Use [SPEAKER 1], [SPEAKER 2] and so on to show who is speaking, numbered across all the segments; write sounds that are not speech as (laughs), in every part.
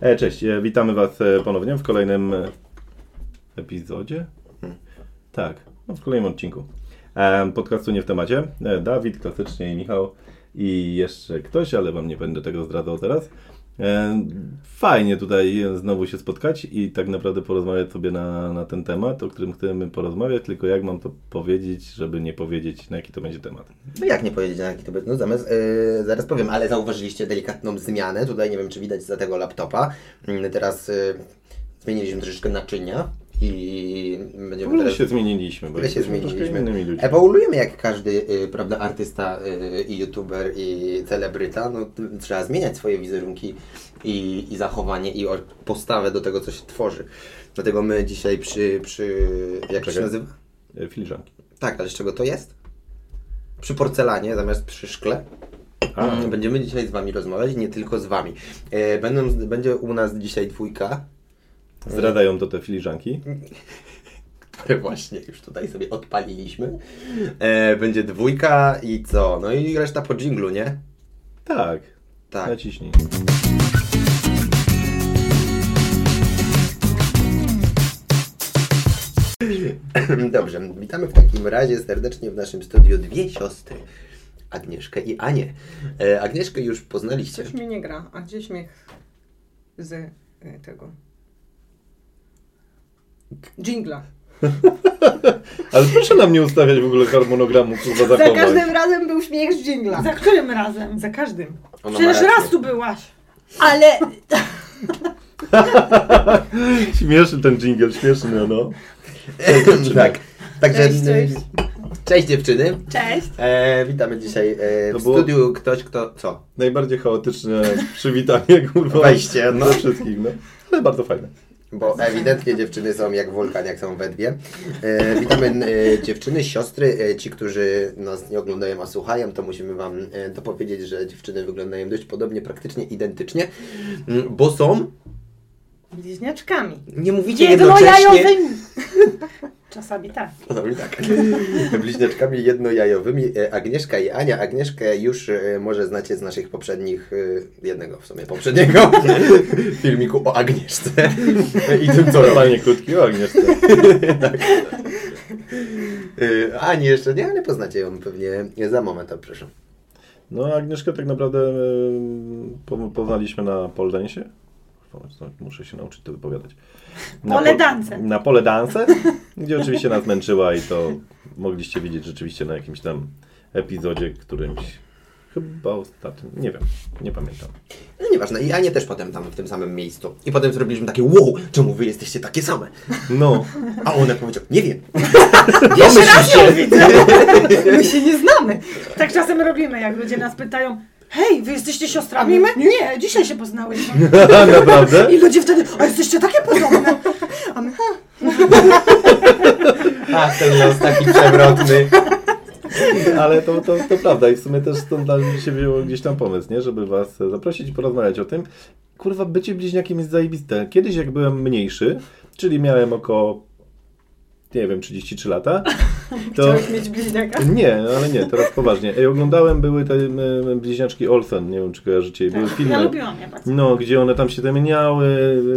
[SPEAKER 1] E, cześć, e, witamy Was e, ponownie w kolejnym e, epizodzie.
[SPEAKER 2] Hmm.
[SPEAKER 1] Tak, no w kolejnym odcinku e, podcastu Nie w temacie. E, Dawid, klasycznie i Michał i jeszcze ktoś, ale Wam nie będę tego zdradzał teraz. E, fajnie tutaj e, znowu się spotkać i tak naprawdę porozmawiać sobie na, na ten temat, o którym chcemy porozmawiać, tylko jak mam to powiedzieć, żeby nie powiedzieć, na jaki to będzie temat.
[SPEAKER 2] No jak nie powiedzieć na jaki to będzie? No zamiast, yy, zaraz powiem, ale zauważyliście delikatną zmianę. Tutaj nie wiem, czy widać za tego laptopa. Mm, teraz yy, zmieniliśmy troszeczkę naczynia i
[SPEAKER 1] W
[SPEAKER 2] będziemy
[SPEAKER 1] ogóle
[SPEAKER 2] teraz...
[SPEAKER 1] się zmieniliśmy, bo
[SPEAKER 2] Tyle się
[SPEAKER 1] jesteśmy troszkę
[SPEAKER 2] zmieniliśmy. E,
[SPEAKER 1] innymi ludźmi.
[SPEAKER 2] Ewoluujemy jak każdy, yy, prawda, artysta yy, i youtuber i celebryta. No, t- trzeba zmieniać swoje wizerunki i, i zachowanie i o- postawę do tego, co się tworzy. Dlatego my dzisiaj przy... przy jak to się
[SPEAKER 1] Czekaj.
[SPEAKER 2] nazywa?
[SPEAKER 1] E, Filiżanki.
[SPEAKER 2] Tak, ale z czego to jest? Przy porcelanie zamiast przy szkle.
[SPEAKER 1] A.
[SPEAKER 2] Mm, Będziemy dzisiaj z Wami rozmawiać, nie tylko z Wami. E, Będą, będzie u nas dzisiaj dwójka, (laughs)
[SPEAKER 1] Zdradzają to te filiżanki.
[SPEAKER 2] które właśnie już tutaj sobie odpaliliśmy. E, Będzie dwójka i co? No i reszta po dżinglu, nie?
[SPEAKER 1] Tak.
[SPEAKER 2] Tak.
[SPEAKER 1] Naciśnij.
[SPEAKER 2] (laughs) Dobrze, witamy w takim razie serdecznie w naszym studiu dwie siostry. Agnieszkę i Anię. E, Agnieszkę już poznaliście.
[SPEAKER 3] Coś mi nie gra, a gdzieś śmiech z y, tego. Dżingla.
[SPEAKER 1] Ale proszę nam nie ustawiać w ogóle harmonogramu, kurwa,
[SPEAKER 3] Za
[SPEAKER 1] zachowań.
[SPEAKER 3] każdym razem był śmiech z dżingla.
[SPEAKER 4] Za którym razem?
[SPEAKER 3] Za każdym.
[SPEAKER 2] Ona ma
[SPEAKER 4] Przecież
[SPEAKER 2] rację.
[SPEAKER 4] raz tu byłaś.
[SPEAKER 3] (laughs)
[SPEAKER 4] Ale
[SPEAKER 1] Śmieszny ten jingle, śmieszny, no.
[SPEAKER 2] (laughs) tak. Także,
[SPEAKER 3] Cześć, cześć.
[SPEAKER 2] cześć dziewczyny.
[SPEAKER 4] cześć.
[SPEAKER 2] E, witamy dzisiaj e,
[SPEAKER 1] To
[SPEAKER 2] w
[SPEAKER 1] było-
[SPEAKER 2] studiu ktoś, kto... Co?
[SPEAKER 1] Najbardziej chaotyczne przywitanie, kurwa.
[SPEAKER 2] Wejście, no.
[SPEAKER 1] no. wszystkim, no. Ale bardzo fajne.
[SPEAKER 2] Bo ewidentnie dziewczyny są jak wulkan, jak są we dwie. E, witamy e, dziewczyny, siostry. E, ci, którzy nas nie oglądają, a słuchają, to musimy Wam e, dopowiedzieć, że dziewczyny wyglądają dość podobnie, praktycznie identycznie, Mm, bo są.
[SPEAKER 3] Bliźniaczkami.
[SPEAKER 2] Nie no mówicie jednocześnie.
[SPEAKER 3] (laughs)
[SPEAKER 4] Jednojajowymi. Czasami tak.
[SPEAKER 2] Podobnie tak. (laughs) Bliźniaczkami jednojajowymi e, Agnieszka i Ania. Agnieszkę już e, może znacie z naszych poprzednich, e, jednego w sumie poprzedniego (laughs) filmiku o Agnieszce i tym, co robi.
[SPEAKER 1] Normalnie krótki o Agnieszce.
[SPEAKER 2] Y, Ani jeszcze nie, ale poznacie ją pewnie za moment, a proszę.
[SPEAKER 1] No, Agnieszkę tak naprawdę em, po- poznaliśmy na poldensie. Kurwa, co- Muszę się nauczyć to wypowiadać.
[SPEAKER 4] Pole
[SPEAKER 1] po-
[SPEAKER 4] dance.
[SPEAKER 1] Na pole dance, (laughs) gdzie oczywiście nas męczyła i to mogliście widzieć rzeczywiście na jakimś tam epizodzie, którymś chyba ostatnim, nie wiem, nie pamiętam. (laughs)
[SPEAKER 2] No nieważne, i Anię też potem tam w tym samym miejscu. I potem zrobiliśmy takie wow, czemu wy jesteście takie same?
[SPEAKER 1] No,
[SPEAKER 2] A ona powiedziała, nie wiem.
[SPEAKER 4] Pierwszy raz ją (laughs) widzę.
[SPEAKER 3] My się nie znamy.
[SPEAKER 4] Tak czasem robimy, jak ludzie nas pytają Hej, wy jesteście siostrami?
[SPEAKER 3] A my?
[SPEAKER 4] Nie, dzisiaj się poznałyśmy.
[SPEAKER 1] naprawdę?
[SPEAKER 3] I ludzie wtedy, a jesteście takie
[SPEAKER 4] (laughs)
[SPEAKER 3] podobne. A my, ha,
[SPEAKER 2] A Tak, ten los taki przewrotny.
[SPEAKER 1] Ale to, to, to prawda i w sumie też stąd dla mnie się wziął gdzieś tam pomysł, nie? Żeby was zaprosić i porozmawiać o tym. Kurwa, bycie bliźniakiem jest zajebiste. Kiedyś jak byłem mniejszy, czyli miałem około, nie wiem, 33
[SPEAKER 3] (laughs)
[SPEAKER 1] lata, to...
[SPEAKER 3] chciałeś mieć bliźniaka?
[SPEAKER 1] Nie, ale nie, teraz poważnie. Ej, oglądałem, były te m, m, bliźniaczki Olsen, nie wiem czy kojarzycie,
[SPEAKER 3] Tak.
[SPEAKER 1] były filmy.
[SPEAKER 4] Ja lubiłam je bardzo.
[SPEAKER 1] No, gdzie one tam się zamieniały,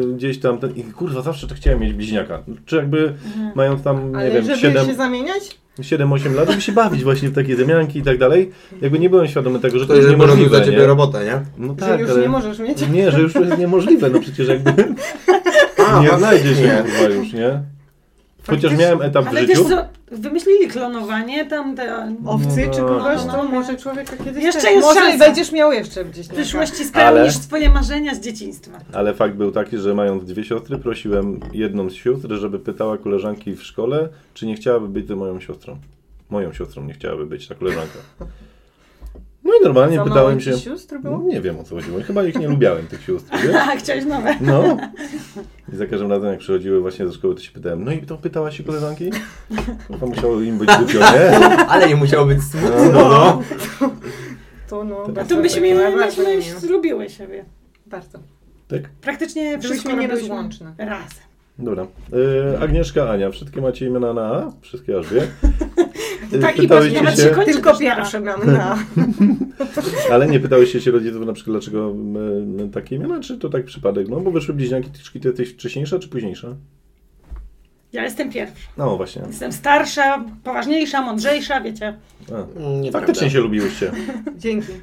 [SPEAKER 1] y, gdzieś tam. Ten... I kurwa, zawsze to chciałem mieć bliźniaka. Czy jakby mając tam, nie
[SPEAKER 3] Mhm. Ale
[SPEAKER 1] wiem,
[SPEAKER 3] żeby
[SPEAKER 1] 7,
[SPEAKER 3] się zamieniać?
[SPEAKER 1] 7-8 lat, żeby się bawić właśnie w takie zamianki i tak dalej. Jakby nie byłem świadomy tego, że (laughs) to,
[SPEAKER 2] To jest
[SPEAKER 1] jest
[SPEAKER 2] robił
[SPEAKER 1] niemożliwe.
[SPEAKER 2] za ciebie
[SPEAKER 1] nie?
[SPEAKER 2] robotę, nie?
[SPEAKER 1] No
[SPEAKER 3] Że
[SPEAKER 1] tak,
[SPEAKER 3] już
[SPEAKER 1] ale...
[SPEAKER 3] nie możesz mieć?
[SPEAKER 1] Nie, że już to jest niemożliwe, no przecież
[SPEAKER 3] (laughs)
[SPEAKER 1] jakby nie znajdzie się chyba już, nie? Chociaż
[SPEAKER 3] Faktycznie.
[SPEAKER 1] miałem etap w
[SPEAKER 4] Ale
[SPEAKER 1] życiu.
[SPEAKER 4] wiesz co, wymyślili klonowanie, tam te
[SPEAKER 3] Owcy
[SPEAKER 1] No
[SPEAKER 3] czy
[SPEAKER 1] tak.
[SPEAKER 3] kogoś,
[SPEAKER 4] No, no.
[SPEAKER 3] to może człowieka kiedyś
[SPEAKER 4] Jeszcze
[SPEAKER 3] też.
[SPEAKER 4] jest
[SPEAKER 3] Może
[SPEAKER 4] szansa.
[SPEAKER 3] będziesz miał jeszcze gdzieś. tak.
[SPEAKER 4] w przyszłości
[SPEAKER 1] Ale-
[SPEAKER 4] spełnisz swoje marzenia z dzieciństwa.
[SPEAKER 1] Ale fakt był taki, że mając dwie siostry, prosiłem jedną z sióstr, żeby pytała koleżanki w szkole, czy nie chciałaby być moją siostrą. Moją siostrą nie chciałaby być ta koleżanka. No i normalnie pytałem się.
[SPEAKER 3] Sióstr
[SPEAKER 1] No,
[SPEAKER 3] było?
[SPEAKER 1] nie wiem o co chodziło. Chyba ich nie lubiałem tych sióstr. Wiesz?
[SPEAKER 4] A, Tak, chciałeś nowe.
[SPEAKER 1] No. (laughs) I za każdym razem jak przychodziły właśnie ze szkoły, to się pytałem, no i to pytała się koleżanki? Chyba musiało im być głupio, nie?
[SPEAKER 2] Ale nie musiało być smutno,
[SPEAKER 1] No.
[SPEAKER 2] no.
[SPEAKER 3] To no,
[SPEAKER 1] To
[SPEAKER 4] A tu byśmy,
[SPEAKER 3] bardzo
[SPEAKER 4] myśmy
[SPEAKER 3] nie
[SPEAKER 4] już
[SPEAKER 3] miło.
[SPEAKER 4] lubiły siebie.
[SPEAKER 3] Bardzo.
[SPEAKER 1] Tak.
[SPEAKER 4] Praktycznie
[SPEAKER 3] Byliśmy
[SPEAKER 4] wszystko robiłyśmy
[SPEAKER 3] nierozłączne.
[SPEAKER 4] Razem.
[SPEAKER 1] Dobra. E, Agnieszka, Ania, wszystkie macie imiona na A? Wszystkie aż dwie. E,
[SPEAKER 4] Tak, i
[SPEAKER 1] pytałyście
[SPEAKER 4] właśnie,
[SPEAKER 1] się,
[SPEAKER 4] Macie kończy
[SPEAKER 3] Tylko
[SPEAKER 4] też na A.
[SPEAKER 3] pierwsze no. mamy na.
[SPEAKER 1] Ale nie pytałyście się rodziców na przykład, dlaczego m, m, takie imiona, czy to tak przypadek? No bo wyszły bliźniaki, ty, ty jesteś wcześniejsza czy późniejsza?
[SPEAKER 4] Ja jestem pierwsza.
[SPEAKER 1] No właśnie.
[SPEAKER 4] Jestem starsza, poważniejsza, mądrzejsza, wiecie.
[SPEAKER 1] A.
[SPEAKER 2] Nie
[SPEAKER 1] Faktycznie się lubiłyście.
[SPEAKER 3] Dzięki.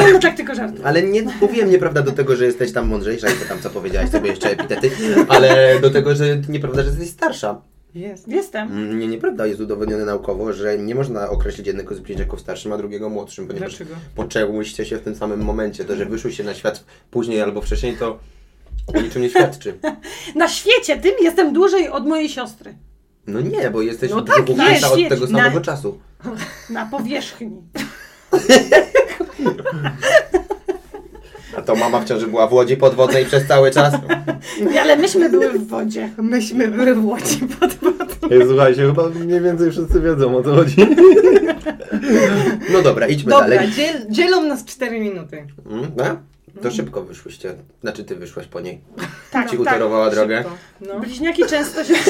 [SPEAKER 4] Nie, no tak tylko żartuję.
[SPEAKER 2] Ale nie mówiłem nieprawda do tego, że jesteś tam mądrzejsza i to tam co powiedziałaś sobie jeszcze epitety, ale do tego, że nieprawda, że jesteś starsza.
[SPEAKER 3] Jest.
[SPEAKER 4] Jestem.
[SPEAKER 2] Mm, Nie, nieprawda, jest udowodnione naukowo, że nie można określić jednego z bliźniaków starszym, a drugiego młodszym, ponieważ
[SPEAKER 3] Dlaczego?
[SPEAKER 2] poczęłyście się w tym samym momencie. To, że wyszłyście na świat później albo wcześniej, to o niczym nie świadczy.
[SPEAKER 4] Na świecie tym jestem dłużej od mojej siostry.
[SPEAKER 2] No nie, bo jesteś
[SPEAKER 3] No
[SPEAKER 2] no
[SPEAKER 3] tak,
[SPEAKER 2] dwóch
[SPEAKER 4] jest,
[SPEAKER 2] od
[SPEAKER 4] jest,
[SPEAKER 2] tego
[SPEAKER 4] na-
[SPEAKER 2] samego czasu.
[SPEAKER 4] Na powierzchni.
[SPEAKER 2] A to mama w ciąży była w łodzi podwodnej przez cały czas.
[SPEAKER 4] Ale myśmy były w wodzie.
[SPEAKER 3] Myśmy były w Łodzi pod wodą.
[SPEAKER 1] Ej, słuchajcie, chyba mniej więcej wszyscy wiedzą o co chodzi.
[SPEAKER 2] No dobra, idźmy
[SPEAKER 3] Dobra,
[SPEAKER 2] dalej.
[SPEAKER 3] dziel, dzielą nas 4 minuty.
[SPEAKER 2] Mm, No No? To szybko wyszłyście. Znaczy ty wyszłaś po niej.
[SPEAKER 4] Tak,
[SPEAKER 2] Ci
[SPEAKER 4] tak.
[SPEAKER 2] utorowała drogę.
[SPEAKER 3] Szybko. No.
[SPEAKER 4] Bliźniaki często się... (laughs)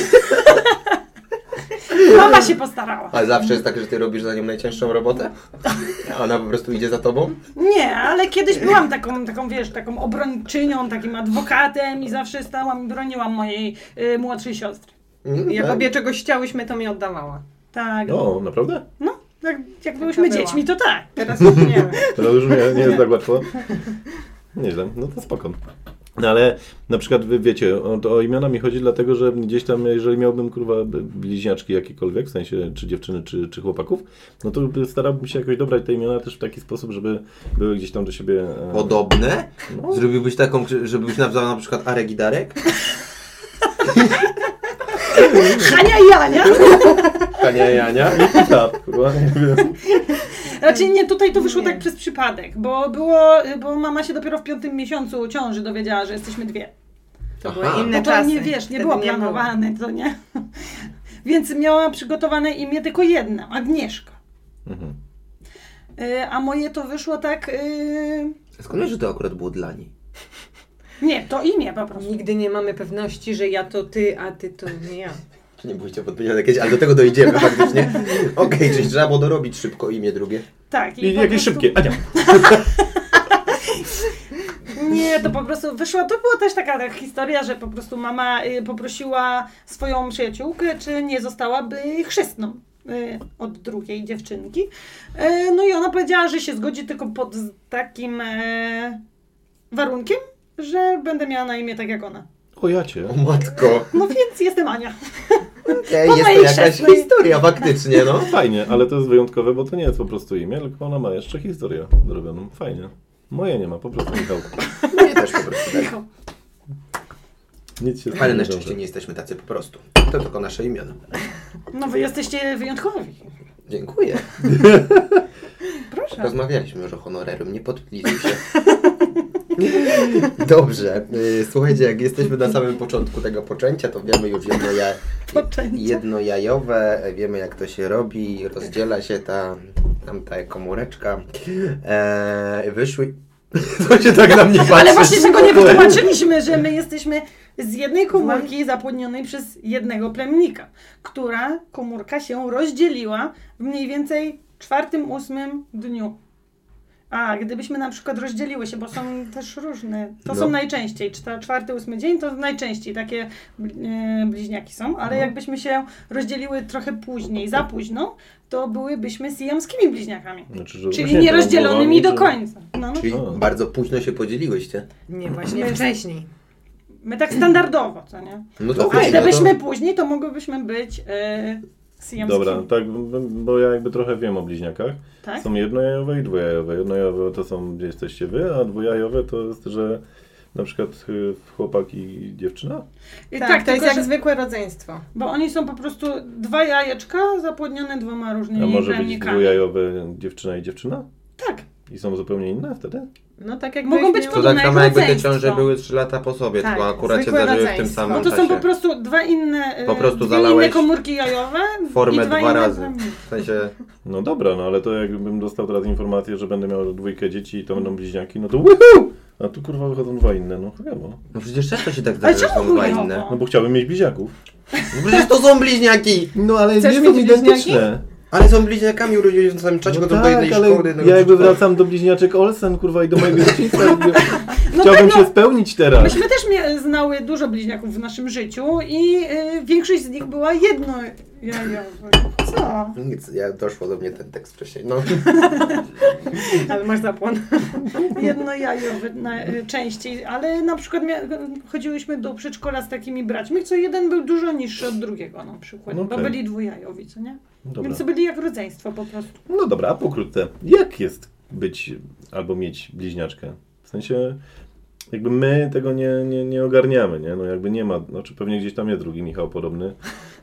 [SPEAKER 4] Mama się postarała.
[SPEAKER 2] A zawsze jest tak, że ty robisz za nią najcięższą robotę? (laughs) A ona po prostu idzie za tobą?
[SPEAKER 4] Nie, ale kiedyś byłam taką, taką wiesz, taką obrończynią, takim adwokatem i zawsze stałam i broniłam mojej y, młodszej siostry.
[SPEAKER 2] Mm,
[SPEAKER 3] Jak
[SPEAKER 2] tak.
[SPEAKER 3] obie czegoś chciałyśmy, to mi oddawała.
[SPEAKER 4] Tak.
[SPEAKER 1] O, naprawdę?
[SPEAKER 4] No, jak, jak byłyśmy
[SPEAKER 3] była.
[SPEAKER 4] dziećmi, to tak.
[SPEAKER 3] Teraz już nie. wiem.
[SPEAKER 1] To już nie, nie jest tak łatwo. Nieźle, no to spoko. No ale na przykład wy wiecie, o, to o imiona mi chodzi dlatego, że gdzieś tam, jeżeli miałbym kurwa b- bliźniaczki jakiekolwiek, w sensie czy dziewczyny, czy, czy chłopaków, no to by- starałbym się jakoś dobrać te imiona też w taki sposób, żeby były gdzieś tam do siebie... e,
[SPEAKER 2] Podobne?
[SPEAKER 1] No.
[SPEAKER 2] Zrobiłbyś taką, żebyś nazwał na przykład Arek i Darek?
[SPEAKER 4] Hania i Ania.
[SPEAKER 2] Tania i Ania?
[SPEAKER 1] (laughs) Tak, kurwa, nie wiem.
[SPEAKER 4] Raczej Znaczy, nie, tutaj to wyszło
[SPEAKER 3] Nie.
[SPEAKER 4] tak przez przypadek, bo było, bo mama się dopiero w piątym miesiącu ciąży dowiedziała, że jesteśmy dwie.
[SPEAKER 3] To
[SPEAKER 2] Aha.
[SPEAKER 3] były inne
[SPEAKER 4] No to
[SPEAKER 3] czasy.
[SPEAKER 4] nie wiesz, nie
[SPEAKER 3] Wtedy
[SPEAKER 4] było planowane, to nie. (laughs) Więc miała przygotowane imię tylko jedno, Agnieszka.
[SPEAKER 1] Mhm.
[SPEAKER 4] Y, A moje to wyszło tak, y,
[SPEAKER 2] Skąd wiesz, że to akurat było dla niej?
[SPEAKER 4] nie, to imię po prostu.
[SPEAKER 3] Nigdy nie mamy pewności, że ja to ty, a ty to nie ja.
[SPEAKER 2] Czy nie byliście podmienione jakieś, ale do tego dojdziemy faktycznie. (laughs) Okej, czyli trzeba było dorobić szybko imię drugie.
[SPEAKER 4] Tak.
[SPEAKER 1] I
[SPEAKER 4] po
[SPEAKER 1] jakieś
[SPEAKER 4] prostu-
[SPEAKER 1] szybkie, Ania.
[SPEAKER 4] Nie, to po prostu wyszło, to była też taka tak, historia, że po prostu mama y, poprosiła swoją przyjaciółkę, czy nie zostałaby chrzestną y, od drugiej dziewczynki. E, No i ona powiedziała, że się zgodzi tylko pod z- takim e, warunkiem, że będę miała na imię tak jak ona.
[SPEAKER 1] O ja cię.
[SPEAKER 2] O matko.
[SPEAKER 4] No więc jestem Ania.
[SPEAKER 2] Okej,
[SPEAKER 4] Po
[SPEAKER 2] jest to
[SPEAKER 4] mojej
[SPEAKER 2] jakaś
[SPEAKER 4] szesnej.
[SPEAKER 2] historia faktycznie, no.
[SPEAKER 1] Fajnie, ale to jest wyjątkowe, bo to nie jest po prostu imię, tylko ona ma jeszcze historię dorobioną. Fajnie. Moje nie ma, po prostu Michał.
[SPEAKER 2] (laughs) Nie też po prostu tak.
[SPEAKER 4] Michał.
[SPEAKER 1] Nic się z tym
[SPEAKER 2] Ale na
[SPEAKER 1] nie
[SPEAKER 2] szczęście
[SPEAKER 1] wiąże.
[SPEAKER 2] nie jesteśmy tacy po prostu. To tylko nasze imiona.
[SPEAKER 4] No wy jesteście wyjątkowi. (laughs)
[SPEAKER 2] Dziękuję.
[SPEAKER 3] Proszę.
[SPEAKER 2] Rozmawialiśmy już o honorarium, nie podpiliśmy się. (laughs) Dobrze, y, słuchajcie, jak jesteśmy na samym początku tego poczęcia, to wiemy już jedno, ja,
[SPEAKER 4] Poczęcia.
[SPEAKER 2] jedno jajowe, wiemy jak to się robi, rozdziela się ta, tam ta komóreczka. E, wyszły... (laughs) To się tak na mnie patrzy.
[SPEAKER 4] Ale właśnie tego nie wytłumaczyliśmy, że my jesteśmy z jednej komórki zapłodnionej przez jednego plemnika, która komórka się rozdzieliła w mniej więcej czwartym, ósmym dniu. A gdybyśmy na przykład rozdzieliły się, bo są też różne, to
[SPEAKER 2] No.
[SPEAKER 4] są najczęściej, czy to czwarty, ósmy dzień, to najczęściej takie e, bliźniaki są,
[SPEAKER 1] No.
[SPEAKER 4] ale jakbyśmy się rozdzieliły trochę później, za późno, to byłybyśmy siamskimi bliźniakami,
[SPEAKER 1] Znaczy, że
[SPEAKER 4] czyli
[SPEAKER 1] właśnie to
[SPEAKER 4] nierozdzielonymi do
[SPEAKER 1] było, że-
[SPEAKER 4] końca. No, no.
[SPEAKER 2] Czyli
[SPEAKER 1] A.
[SPEAKER 2] bardzo późno się podzieliłyście.
[SPEAKER 3] Nie, właśnie wcześniej.
[SPEAKER 4] My tak standardowo, co nie?
[SPEAKER 2] No to
[SPEAKER 1] A
[SPEAKER 4] A
[SPEAKER 2] okej, no
[SPEAKER 4] gdybyśmy
[SPEAKER 2] to...
[SPEAKER 4] później, to mogłybyśmy być yy, siamskimi.
[SPEAKER 1] Dobra, tak, b- bo ja jakby trochę wiem o bliźniakach.
[SPEAKER 4] Tak?
[SPEAKER 1] Są jednojajowe i dwujajowe. Jednojajowe to są, gdzie jesteście wy, a dwujajowe to jest, że na przykład y, chłopak i dziewczyna?
[SPEAKER 4] I
[SPEAKER 3] Tak,
[SPEAKER 4] tak,
[SPEAKER 3] to jest
[SPEAKER 4] tylko,
[SPEAKER 3] jak
[SPEAKER 4] że,
[SPEAKER 3] zwykłe rodzeństwo.
[SPEAKER 4] bo oni są po prostu dwa jajeczka zapłodnione dwoma
[SPEAKER 1] A
[SPEAKER 4] różnymi
[SPEAKER 1] może być
[SPEAKER 4] plemnikami.
[SPEAKER 1] dwujajowe dziewczyna i dziewczyna?
[SPEAKER 4] Tak,
[SPEAKER 1] I są zupełnie inne wtedy?
[SPEAKER 3] No tak jak
[SPEAKER 4] Mogą
[SPEAKER 3] byś
[SPEAKER 4] być
[SPEAKER 3] miał-
[SPEAKER 2] To
[SPEAKER 4] podobne
[SPEAKER 2] tak
[SPEAKER 4] jak
[SPEAKER 2] samo jakby te
[SPEAKER 4] rodzeństwo.
[SPEAKER 2] ciąże były 3 lata po sobie,
[SPEAKER 3] Tak,
[SPEAKER 2] tylko akurat się
[SPEAKER 3] zwykłe
[SPEAKER 2] zdarzyły w tym
[SPEAKER 3] rodzeństwo.
[SPEAKER 2] samym
[SPEAKER 4] bo
[SPEAKER 3] Mam
[SPEAKER 4] No to
[SPEAKER 2] czasie.
[SPEAKER 4] są po prostu dwa inne, yy,
[SPEAKER 2] Po prostu
[SPEAKER 4] dwie
[SPEAKER 2] zalałeś
[SPEAKER 4] inne komórki jajowe
[SPEAKER 2] Formę
[SPEAKER 4] i dwa
[SPEAKER 2] dwa,
[SPEAKER 4] inne
[SPEAKER 2] razy.
[SPEAKER 4] plemniki.
[SPEAKER 2] W sensie
[SPEAKER 1] No dobra, no ale to jakbym dostał teraz informację, że będę miał dwójkę dzieci i to będą bliźniaki, no to woohoo! A A tu kurwa wychodzą dwa inne, no chujowo.
[SPEAKER 2] No przecież często się tak
[SPEAKER 4] Ale
[SPEAKER 2] zdarza, że
[SPEAKER 4] czemu
[SPEAKER 2] są dwa
[SPEAKER 4] chujowo?
[SPEAKER 2] inne.
[SPEAKER 1] No bo chciałbym mieć bliźniaków.
[SPEAKER 2] No przecież to są bliźniaki!
[SPEAKER 1] No ale
[SPEAKER 3] Chcesz
[SPEAKER 1] nie
[SPEAKER 3] mieć
[SPEAKER 1] są identyczne.
[SPEAKER 2] Ale są bliźniakami urodzili w samym czasie,
[SPEAKER 1] No
[SPEAKER 2] no do jednej
[SPEAKER 1] ale
[SPEAKER 2] szkoły. no
[SPEAKER 1] ja jakby
[SPEAKER 2] to-
[SPEAKER 1] wracam do bliźniaczek Olsen, kurwa, i do mojego dzieciństwa. jakby
[SPEAKER 4] No
[SPEAKER 1] Chciałbym
[SPEAKER 4] tak, no.
[SPEAKER 1] się spełnić teraz.
[SPEAKER 4] Myśmy też mia- znały dużo bliźniaków w naszym życiu i y, większość z nich była jedno. Ja, ja, co?
[SPEAKER 2] Nic, ja doszło do mnie ten tekst wcześniej. No,
[SPEAKER 4] Ale masz zapłon. (laughs) Jedno jajowe na, y, częściej, ale na przykład mia, chodziłyśmy do przedszkola z takimi braćmi, co jeden był dużo niższy od drugiego na przykład,
[SPEAKER 1] No
[SPEAKER 4] bo
[SPEAKER 1] okej.
[SPEAKER 4] byli dwujajowi, co nie?
[SPEAKER 1] No Dobra.
[SPEAKER 4] Więc byli jak rodzeństwo po prostu.
[SPEAKER 1] No dobra, a pokrótce. Jak jest być albo mieć bliźniaczkę? W sensie, jakby my tego nie, nie, nie ogarniamy, nie? No jakby nie ma, znaczy pewnie gdzieś tam jest drugi Michał podobny,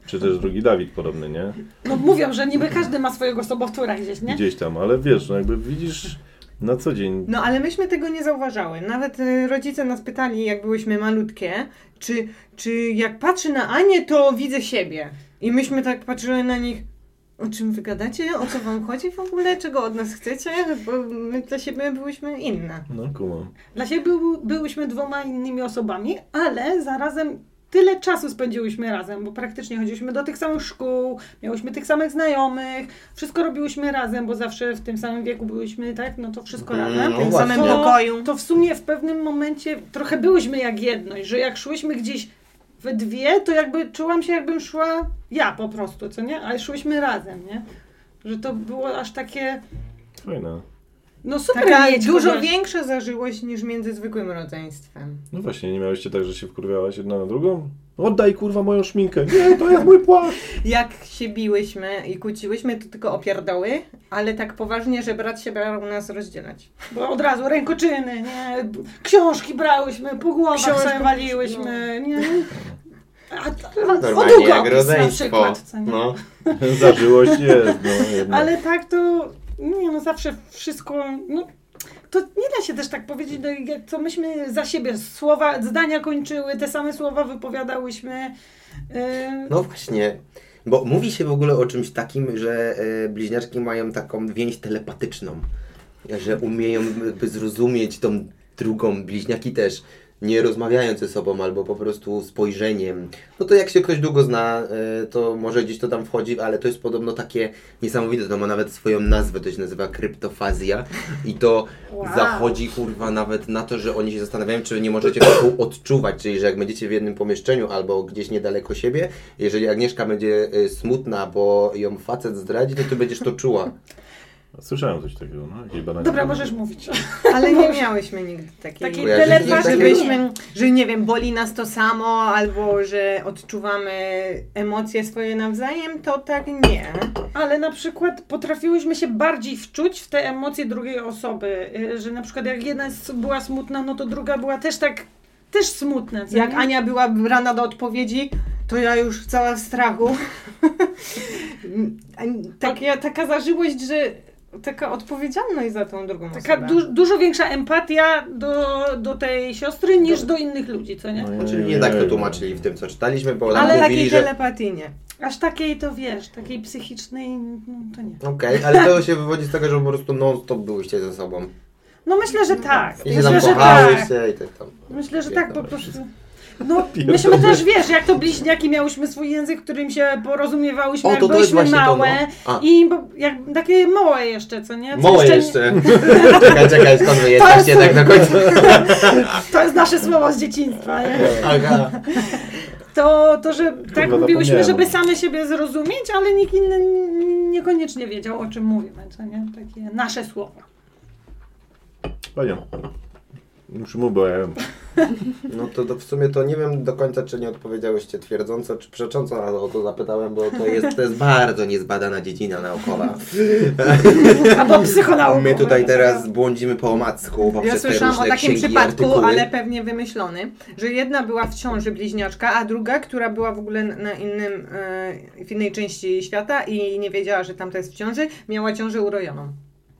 [SPEAKER 1] czy też drugi Dawid podobny, nie?
[SPEAKER 4] No mówią, że niby każdy ma swojego sobowtóra gdzieś, nie?
[SPEAKER 1] Gdzieś tam, ale wiesz, no jakby widzisz na co dzień.
[SPEAKER 3] No ale myśmy tego nie zauważały. Nawet y, rodzice nas pytali, jak byłyśmy malutkie, czy, czy jak patrzę na Anię, to widzę siebie. I myśmy tak patrzyły na nich, o czym wy gadacie? O co wam chodzi w ogóle? Czego od nas chcecie? Bo my dla siebie byłyśmy inne.
[SPEAKER 1] No kumam.
[SPEAKER 4] Dla siebie był, byłyśmy dwoma innymi osobami, ale zarazem tyle czasu spędziłyśmy razem, bo praktycznie chodziłyśmy do tych samych szkół, miałyśmy tych samych znajomych, wszystko robiłyśmy razem, bo zawsze w tym samym wieku byłyśmy, tak? No to wszystko
[SPEAKER 2] Mm,
[SPEAKER 4] razem.
[SPEAKER 2] no
[SPEAKER 3] W tym samym
[SPEAKER 2] właśnie.
[SPEAKER 3] pokoju.
[SPEAKER 4] To w sumie w pewnym momencie trochę byłyśmy jak jedność, że jak szłyśmy gdzieś we dwie, to jakby czułam się, jakbym szła ja po prostu, co nie? Ale szłyśmy razem, nie? Że to było aż takie,
[SPEAKER 1] Fajna.
[SPEAKER 4] no super
[SPEAKER 3] Taka
[SPEAKER 4] mieć
[SPEAKER 3] dużo
[SPEAKER 4] kogoś.
[SPEAKER 3] większa zażyłość niż między zwykłym rodzeństwem.
[SPEAKER 1] No właśnie, nie miałyście tak, że się wkurwiałaś jedna na drugą? Oddaj kurwa moją szminkę. Nie, to jest mój płaszcz.
[SPEAKER 3] Jak się biłyśmy i kłóciłyśmy, to tylko opierdoły, ale tak poważnie, że brat się brał nas rozdzielać.
[SPEAKER 4] Bo od razu rękoczyny, nie? B- Książki brałyśmy, po głowach
[SPEAKER 3] Książki,
[SPEAKER 4] sobie waliłyśmy,
[SPEAKER 3] no.
[SPEAKER 4] nie? A, a, o
[SPEAKER 2] normalnie jak
[SPEAKER 4] długopis na
[SPEAKER 2] rodzeństwo.
[SPEAKER 4] przykład, co nie?
[SPEAKER 2] No.
[SPEAKER 1] (laughs) Zażyłość jest, no jednak.
[SPEAKER 4] Ale tak to, nie no zawsze wszystko, no to nie da się też tak powiedzieć, no, jak to myśmy za siebie słowa, zdania kończyły, te same słowa wypowiadałyśmy. Yy,
[SPEAKER 2] no właśnie. Bo mówi się w ogóle o czymś takim, że e, bliźniaczki mają taką więź telepatyczną. Że umieją jakby zrozumieć tą drugą. Bliźniaki też. Nie rozmawiając ze sobą albo po prostu spojrzeniem. No to jak się ktoś długo zna, e, to może gdzieś to tam wchodzi, ale to jest podobno takie niesamowite. To ma nawet swoją nazwę, to się nazywa kryptofazja. I to
[SPEAKER 4] Wow.
[SPEAKER 2] zachodzi kurwa nawet na to, że oni się zastanawiają, czy nie możecie tego odczuwać, czyli że jak będziecie w jednym pomieszczeniu albo gdzieś niedaleko siebie, jeżeli Agnieszka będzie y, smutna, bo ją facet zdradzi, to ty będziesz to czuła.
[SPEAKER 1] Słyszałem coś takiego, no jakieś badania.
[SPEAKER 4] Dobra, możesz mówić.
[SPEAKER 3] Ale nie miałyśmy nigdy takiej,
[SPEAKER 4] Takiej
[SPEAKER 2] Bo ja się
[SPEAKER 4] telepatii.
[SPEAKER 2] nie-
[SPEAKER 3] żebyśmy, że nie wiem, boli nas to samo, albo że odczuwamy emocje swoje nawzajem, to tak nie.
[SPEAKER 4] Ale na przykład potrafiłyśmy się bardziej wczuć w te emocje drugiej osoby, y, że na przykład jak jedna s- była smutna, no to druga była też tak, też smutna. co
[SPEAKER 3] Jak
[SPEAKER 4] nie?
[SPEAKER 3] Ania była brana do odpowiedzi, to ja już cała w strachu. (laughs) taka, taka zażyłość, że taka odpowiedzialność za tą drugą
[SPEAKER 4] Taka
[SPEAKER 3] osobę.
[SPEAKER 4] du- dużo większa empatia do, do tej siostry niż do innych ludzi, co nie?
[SPEAKER 1] No,
[SPEAKER 2] Znaczy
[SPEAKER 1] jej,
[SPEAKER 2] nie tak to
[SPEAKER 1] jej.
[SPEAKER 2] tłumaczyli w tym, co czytaliśmy, bo nam
[SPEAKER 3] Ale
[SPEAKER 2] mówili,
[SPEAKER 3] takiej
[SPEAKER 2] że...
[SPEAKER 3] telepatii nie.
[SPEAKER 4] Aż takiej to wiesz, takiej psychicznej, no to nie.
[SPEAKER 2] Okej, ale to się wywodzi z tego, że po prostu non-stop byłyście ze sobą.
[SPEAKER 4] No myślę, że tak.
[SPEAKER 2] I się tam
[SPEAKER 4] Myślę, że tak.
[SPEAKER 2] kochałyście i tak tam.
[SPEAKER 4] Myślę, że tak po
[SPEAKER 2] Pierdolę
[SPEAKER 4] prostu.
[SPEAKER 2] (laughs)
[SPEAKER 4] No, myśmy też, wiesz, jak to bliźniaki miałyśmy swój język, którym się porozumiewałyśmy,
[SPEAKER 2] O,
[SPEAKER 4] jak
[SPEAKER 2] to to jest
[SPEAKER 4] byłyśmy
[SPEAKER 2] właśnie to, no.
[SPEAKER 4] małe.
[SPEAKER 2] A.
[SPEAKER 4] I bo, jak, takie małe jeszcze, co nie? Co
[SPEAKER 2] Moje jeszcze. (laughs) czekaj, czekaj, skąd wy jesteście tak na końcu?
[SPEAKER 4] To jest nasze słowo z dzieciństwa, nie?
[SPEAKER 2] (laughs) Aga.
[SPEAKER 4] To, to że tak
[SPEAKER 1] Kurwa,
[SPEAKER 4] mówiłyśmy,
[SPEAKER 1] zapomniałem.
[SPEAKER 4] żeby same siebie zrozumieć, ale nikt inny niekoniecznie wiedział, o czym mówimy, co nie? Takie nasze
[SPEAKER 2] (laughs)
[SPEAKER 4] słowa.
[SPEAKER 1] Panią. Muszę mu, bo ja
[SPEAKER 2] No to, to w sumie to nie wiem do końca, czy nie odpowiedziałyście twierdząco, czy przecząco, ale o to zapytałem, bo to jest, to jest bardzo niezbadana dziedzina naukowa.
[SPEAKER 4] Albo psychonaukowe.
[SPEAKER 2] My tutaj teraz błądzimy po omacku poprzez
[SPEAKER 3] Ja
[SPEAKER 2] te
[SPEAKER 3] słyszałam o
[SPEAKER 2] różne
[SPEAKER 3] takim
[SPEAKER 2] księgi i
[SPEAKER 3] przypadku,
[SPEAKER 2] artykuły.
[SPEAKER 3] ale pewnie wymyślony, że jedna była w ciąży bliźniaczka, a druga, która była w ogóle na innym, e, w innej części świata i nie wiedziała, że tamta jest w ciąży, miała ciążę urojoną.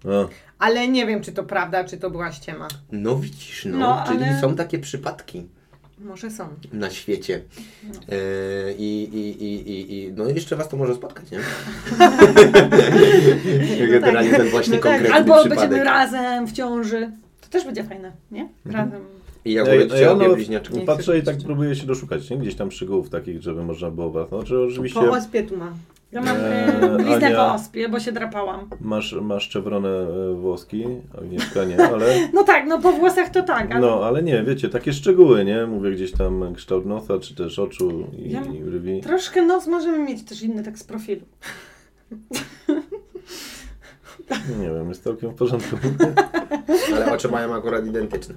[SPEAKER 1] A,
[SPEAKER 3] Ale nie wiem, czy to prawda, czy to była ściema.
[SPEAKER 2] No widzisz, no,
[SPEAKER 4] No,
[SPEAKER 2] czyli
[SPEAKER 4] ale-
[SPEAKER 2] są takie przypadki
[SPEAKER 3] Może są.
[SPEAKER 2] na świecie.
[SPEAKER 3] No.
[SPEAKER 2] Yy, I, i, i, i, i no i jeszcze was to może
[SPEAKER 3] (laughs)
[SPEAKER 2] spotkać, nie? Generalnie ten właśnie
[SPEAKER 3] No tak, No
[SPEAKER 2] konkretny
[SPEAKER 4] Albo
[SPEAKER 2] przypadek. Mhm.
[SPEAKER 4] będziemy razem w ciąży. To też będzie fajne, nie? Razem.
[SPEAKER 2] I ja ogólnie
[SPEAKER 1] no ja
[SPEAKER 2] ja, obie
[SPEAKER 1] nawet
[SPEAKER 2] bliźniaczki.
[SPEAKER 3] Nie
[SPEAKER 1] Patrzę i tak
[SPEAKER 3] chcę
[SPEAKER 1] próbuję się doszukać, nie? Gdzieś tam szczegółów takich, żeby można było was. No, czy oczywiście
[SPEAKER 3] Po ospie tu ma.
[SPEAKER 4] Ja mam
[SPEAKER 1] Eee,
[SPEAKER 4] eee, bliznę
[SPEAKER 1] Ania.
[SPEAKER 4] po ospie, bo się drapałam.
[SPEAKER 1] masz, masz czewronę e, włoski, Agnieszka nie, ale...
[SPEAKER 4] No tak, no po włosach to tak, ale
[SPEAKER 1] No, ale nie, wiecie, takie szczegóły, nie? Mówię gdzieś tam kształt nosa, czy też oczu i,
[SPEAKER 4] Ja-
[SPEAKER 1] i brwi.
[SPEAKER 4] troszkę nos możemy mieć też inny tak z
[SPEAKER 2] (laughs)
[SPEAKER 4] profilu.
[SPEAKER 1] Nie wiem, jest całkiem w porządku.
[SPEAKER 2] Ale oczy mają akurat identyczne.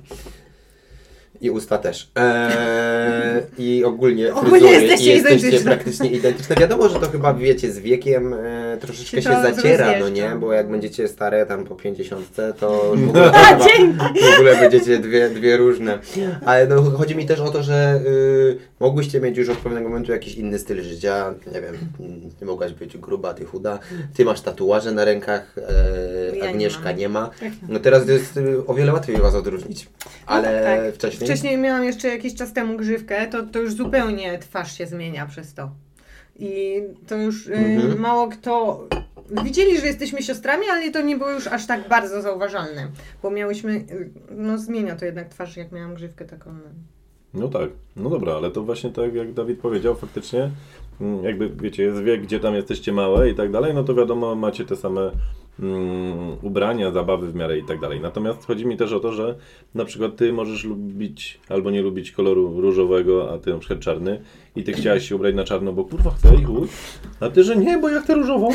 [SPEAKER 2] I usta też. Eee, I ogólnie
[SPEAKER 3] Ogólnie
[SPEAKER 2] fryzury
[SPEAKER 3] jesteście
[SPEAKER 2] i jesteście
[SPEAKER 3] identyczne.
[SPEAKER 2] praktycznie identyczne. Wiadomo, że to chyba wiecie z wiekiem e, troszeczkę
[SPEAKER 3] Się
[SPEAKER 2] się,
[SPEAKER 3] to
[SPEAKER 2] zaciera, no
[SPEAKER 3] rozjeżdża.
[SPEAKER 2] nie? Bo jak będziecie stare tam po 50,
[SPEAKER 3] (laughs)
[SPEAKER 2] to już w ogóle,
[SPEAKER 4] A,
[SPEAKER 2] chyba-
[SPEAKER 4] dzięki!
[SPEAKER 2] w ogóle będziecie dwie, dwie różne. Ale no, chodzi mi też o to, że y, mogłyście mieć już od pewnego momentu jakiś inny styl życia. Nie wiem, mm, ty mogłaś być gruba, ty chuda. Ty masz tatuaże na rękach, e,
[SPEAKER 3] Ja nie
[SPEAKER 2] Agnieszka
[SPEAKER 3] mam.
[SPEAKER 2] nie ma.
[SPEAKER 4] Tak.
[SPEAKER 2] No teraz jest y, o wiele łatwiej was odróżnić, ale
[SPEAKER 3] tak.
[SPEAKER 2] wcześniej...
[SPEAKER 3] Wcześniej miałam jeszcze jakiś czas temu grzywkę, to, to już zupełnie twarz się zmienia przez to. I to już y,
[SPEAKER 2] Mhm.
[SPEAKER 3] mało kto. Widzieli, że jesteśmy siostrami, ale to nie było już aż tak bardzo zauważalne, bo miałyśmy. y, No, zmienia to jednak twarz, jak miałam grzywkę taką. no.
[SPEAKER 1] No tak, no dobra, ale to właśnie tak jak Dawid powiedział, faktycznie mm, jakby wiecie, jest wiek, gdzie tam jesteście małe i tak dalej, no to wiadomo, macie te same mm, ubrania, zabawy w miarę i tak dalej. Natomiast chodzi mi też o to, że na przykład ty możesz lubić albo nie lubić koloru różowego, a ty na przykład czarny i ty chciałaś się ubrać na czarno, bo kurwa chcę i chuj, a ty, że nie, bo ja chcę różową.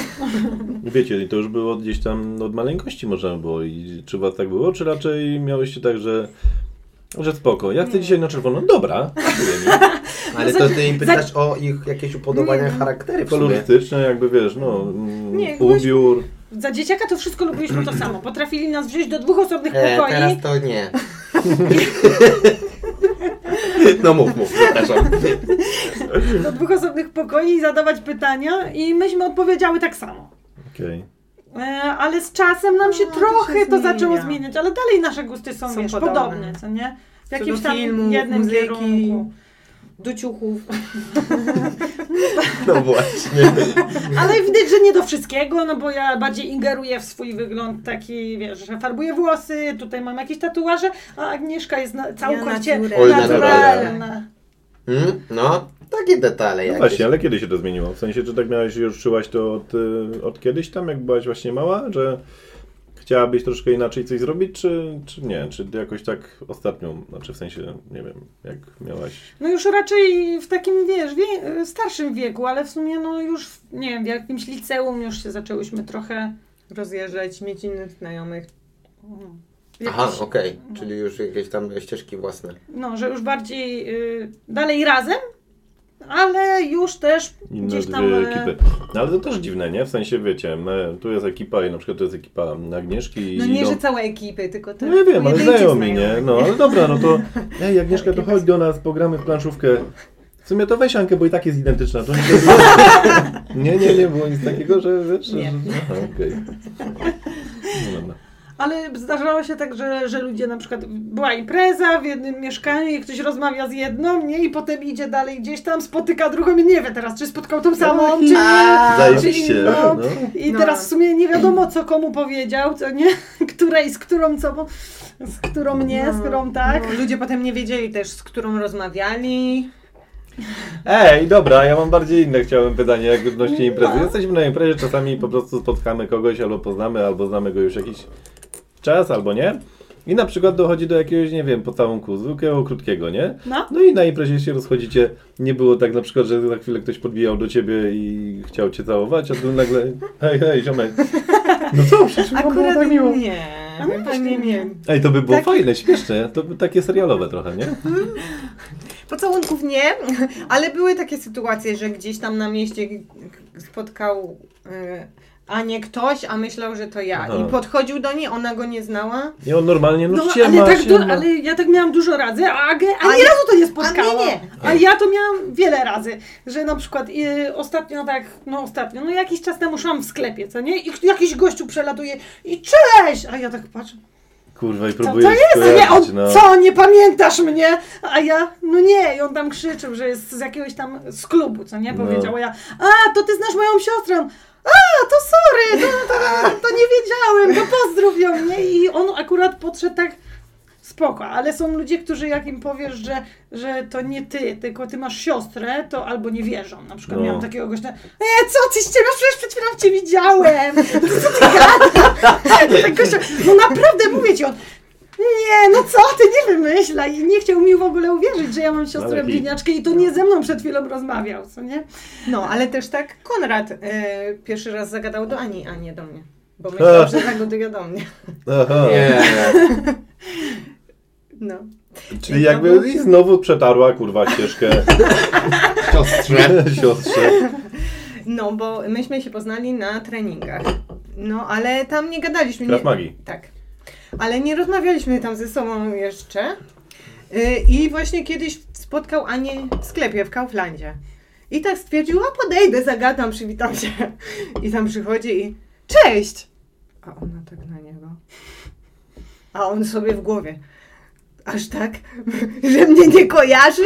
[SPEAKER 1] Wiecie, i to już było gdzieś tam no, od maleńkości można było i czy was tak było, czy raczej miałyście tak, że że spoko, ja chcę dzisiaj na czerwono. Dobra, pasuje mi.
[SPEAKER 3] no
[SPEAKER 2] Ale to ty im pytasz o ich jakieś upodobania, charaktery w sumie.
[SPEAKER 1] kolorystyczne, jakby wiesz, no, mm,
[SPEAKER 3] Nie, chybaś-
[SPEAKER 1] ubiór.
[SPEAKER 4] Za dzieciaka to wszystko lubiliśmy to samo. Potrafili nas wziąć do dwóch osobnych
[SPEAKER 2] E,
[SPEAKER 4] pokoi.
[SPEAKER 2] teraz to nie. (laughs) No mów, mów, przepraszam.
[SPEAKER 4] do dwóch osobnych pokoi i zadawać pytania i myśmy odpowiedziały tak samo.
[SPEAKER 1] Okej.
[SPEAKER 4] E, ale z czasem nam się
[SPEAKER 3] No, to się
[SPEAKER 4] trochę to,
[SPEAKER 3] zmienia.
[SPEAKER 4] zaczęło zmieniać, ale dalej nasze gusty są,
[SPEAKER 3] Są
[SPEAKER 4] wiesz,
[SPEAKER 3] podobne.
[SPEAKER 4] podobne. co nie? W
[SPEAKER 3] Co do
[SPEAKER 4] jakimś tam
[SPEAKER 3] filmów,
[SPEAKER 4] jednym
[SPEAKER 3] muzyki.
[SPEAKER 4] kierunku.
[SPEAKER 3] Do ciuchów.
[SPEAKER 2] No właśnie.
[SPEAKER 4] Ale widać, że nie do wszystkiego, no bo ja bardziej ingeruję w swój wygląd taki, wiesz, że farbuję włosy, tutaj mam jakieś tatuaże, a Agnieszka jest na, całkowicie
[SPEAKER 3] naturalna.
[SPEAKER 2] Oj,
[SPEAKER 4] naturalna.
[SPEAKER 2] Mm, no, takie detale
[SPEAKER 1] No
[SPEAKER 2] jakieś.
[SPEAKER 1] właśnie, ale kiedy się to zmieniło? W sensie, czy tak miałeś, już czułaś to od, y, od kiedyś tam, jak byłaś właśnie mała, że chciałabyś troszkę inaczej coś zrobić, czy, czy nie? Czy ty jakoś tak ostatnio, znaczy w sensie, nie wiem, jak miałaś...
[SPEAKER 4] No już raczej w takim, wiesz, wie, starszym wieku, ale w sumie no już, w, nie wiem, w jakimś liceum już się zaczęłyśmy trochę...
[SPEAKER 3] Rozjeżdżać, mieć innych znajomych.
[SPEAKER 4] mm,
[SPEAKER 2] Aha, no.
[SPEAKER 4] jakoś-
[SPEAKER 2] okej, czyli już jakieś tam ścieżki własne.
[SPEAKER 4] No, że już bardziej y, dalej razem, ale już też
[SPEAKER 1] Inne
[SPEAKER 4] gdzieś tam.
[SPEAKER 1] dwie
[SPEAKER 4] e,
[SPEAKER 1] ekipy. No ale to też dziwne, nie? W sensie, wiecie, my, tu jest ekipa i na przykład tu jest ekipa Agnieszki i
[SPEAKER 3] No nie,
[SPEAKER 1] idą-
[SPEAKER 3] że całe ekipy, tylko te.
[SPEAKER 1] No ja wiem, ale
[SPEAKER 3] pojedyncze
[SPEAKER 1] znajomi,
[SPEAKER 3] znajome.
[SPEAKER 1] nie? No ale dobra, no to ej Agnieszka, to chodź do nas, pogramy w planszówkę. W sumie to weź Ankę, bo i tak jest identyczna. To nie, nie, nie, nie było nic takiego, że wiesz,
[SPEAKER 3] Nie.
[SPEAKER 1] że... Aha, okej. No dobra.
[SPEAKER 4] Ale zdarzało się tak, że, że ludzie na przykład była impreza w jednym mieszkaniu i ktoś rozmawia z jedną, nie? I potem idzie dalej gdzieś tam, spotyka drugą i nie wie teraz, czy spotkał tą samą, czy nie.
[SPEAKER 1] Zajebiście.
[SPEAKER 4] no.
[SPEAKER 1] No.
[SPEAKER 4] I
[SPEAKER 3] No.
[SPEAKER 4] teraz w sumie nie wiadomo, co komu powiedział, co nie, (laughs) której z którą co, bo z którą nie, z którą tak.
[SPEAKER 3] No, ludzie potem nie wiedzieli też, z którą rozmawiali.
[SPEAKER 1] Ej, dobra, ja mam bardziej inne chciałem pytanie jak odnośnie imprezy. Jesteśmy na imprezie, czasami po prostu spotkamy kogoś albo poznamy, albo znamy go już jakiś czas, albo nie. I na przykład dochodzi do jakiegoś, nie wiem, pocałunku zwykłego, krótkiego, nie?
[SPEAKER 4] No.
[SPEAKER 1] No i na imprezie się rozchodzicie. Nie było tak na przykład, że za chwilę ktoś podbijał do ciebie i chciał cię całować, a tu nagle hej, hej, ziomek. No co, przecież wam było
[SPEAKER 3] Akurat
[SPEAKER 1] tak miło.
[SPEAKER 3] nie.
[SPEAKER 4] A no
[SPEAKER 3] Chyba
[SPEAKER 4] właśnie
[SPEAKER 3] nie, nie.
[SPEAKER 1] Ej, to by było
[SPEAKER 3] Tak.
[SPEAKER 1] fajne, śmieszne. To by takie serialowe trochę, nie?
[SPEAKER 3] Pocałunków nie, (laughs) ale były takie sytuacje, że gdzieś tam na mieście g- g- spotkał y, a nie ktoś, a myślał, że to ja.
[SPEAKER 1] Aha.
[SPEAKER 3] I podchodził do niej, ona go nie znała.
[SPEAKER 1] I on normalnie, no,
[SPEAKER 4] No,
[SPEAKER 1] no
[SPEAKER 4] ale,
[SPEAKER 1] siema,
[SPEAKER 4] tak du-
[SPEAKER 1] siema.
[SPEAKER 4] ale ja tak miałam dużo razy, a, a, a
[SPEAKER 3] A
[SPEAKER 4] ani
[SPEAKER 3] ja-
[SPEAKER 4] razu to nie spotkało.
[SPEAKER 3] a mnie
[SPEAKER 4] A ja to miałam wiele razy, że na przykład y, ostatnio tak, no ostatnio, no jakiś czas temu szłam w sklepie, co nie? I k- jakiś gościu przelatuje i cześć! A ja tak patrzę,
[SPEAKER 1] Kurwa, i
[SPEAKER 4] co
[SPEAKER 1] próbujesz
[SPEAKER 4] to jest? Nie,
[SPEAKER 1] kojarzyć,
[SPEAKER 4] on,
[SPEAKER 1] no.
[SPEAKER 4] co, nie pamiętasz mnie? A ja, no nie, i on tam krzyczył, że jest z jakiegoś tam, z klubu, co nie?
[SPEAKER 1] No.
[SPEAKER 4] Powiedział, a ja, a, to ty znasz moją siostrę. A, to sorry, to, to, to nie wiedziałem, to pozdrów ją, nie? I on akurat podszedł tak, spoko, ale są ludzie, którzy jak im powiesz, że, że to nie ty, tylko ty masz siostrę, to albo nie wierzą. Na przykład
[SPEAKER 1] No.
[SPEAKER 4] miałam takiego gościa, e, co ty z ciebie, przecież przed chwilą cię widziałem, (laughs) co ty gadasz? (laughs) Tak gościa, no naprawdę mówię ci, on, nie, no co ty, nie wymyślaj. I nie chciał mi w ogóle uwierzyć, że ja mam siostrę
[SPEAKER 1] Ale No. hit.
[SPEAKER 4] bliźniaczkę i to nie ze mną przed chwilą rozmawiał, co nie?
[SPEAKER 3] No, ale też tak Konrad e, pierwszy raz zagadał do Ani, a nie do mnie. Bo myślał, że zagaduje do mnie.
[SPEAKER 1] Aha.
[SPEAKER 2] Nie.
[SPEAKER 3] No.
[SPEAKER 1] Czyli jakby i znowu przetarła kurwa ścieżkę
[SPEAKER 2] Siostrze.
[SPEAKER 1] siostrze.
[SPEAKER 3] no, bo myśmy się poznali na treningach. No, ale tam nie gadaliśmy.
[SPEAKER 1] Krav
[SPEAKER 3] Nie,
[SPEAKER 1] Magi.
[SPEAKER 3] tak. Ale nie rozmawialiśmy tam ze sobą jeszcze. Y, I właśnie kiedyś spotkał Anię w sklepie w Kauflandzie. I tak stwierdził, a podejdę, zagadam, przywitam się. I tam przychodzi i cześć! A ona tak na niego. A on sobie w głowie. Aż tak, (laughs) że mnie nie kojarzy?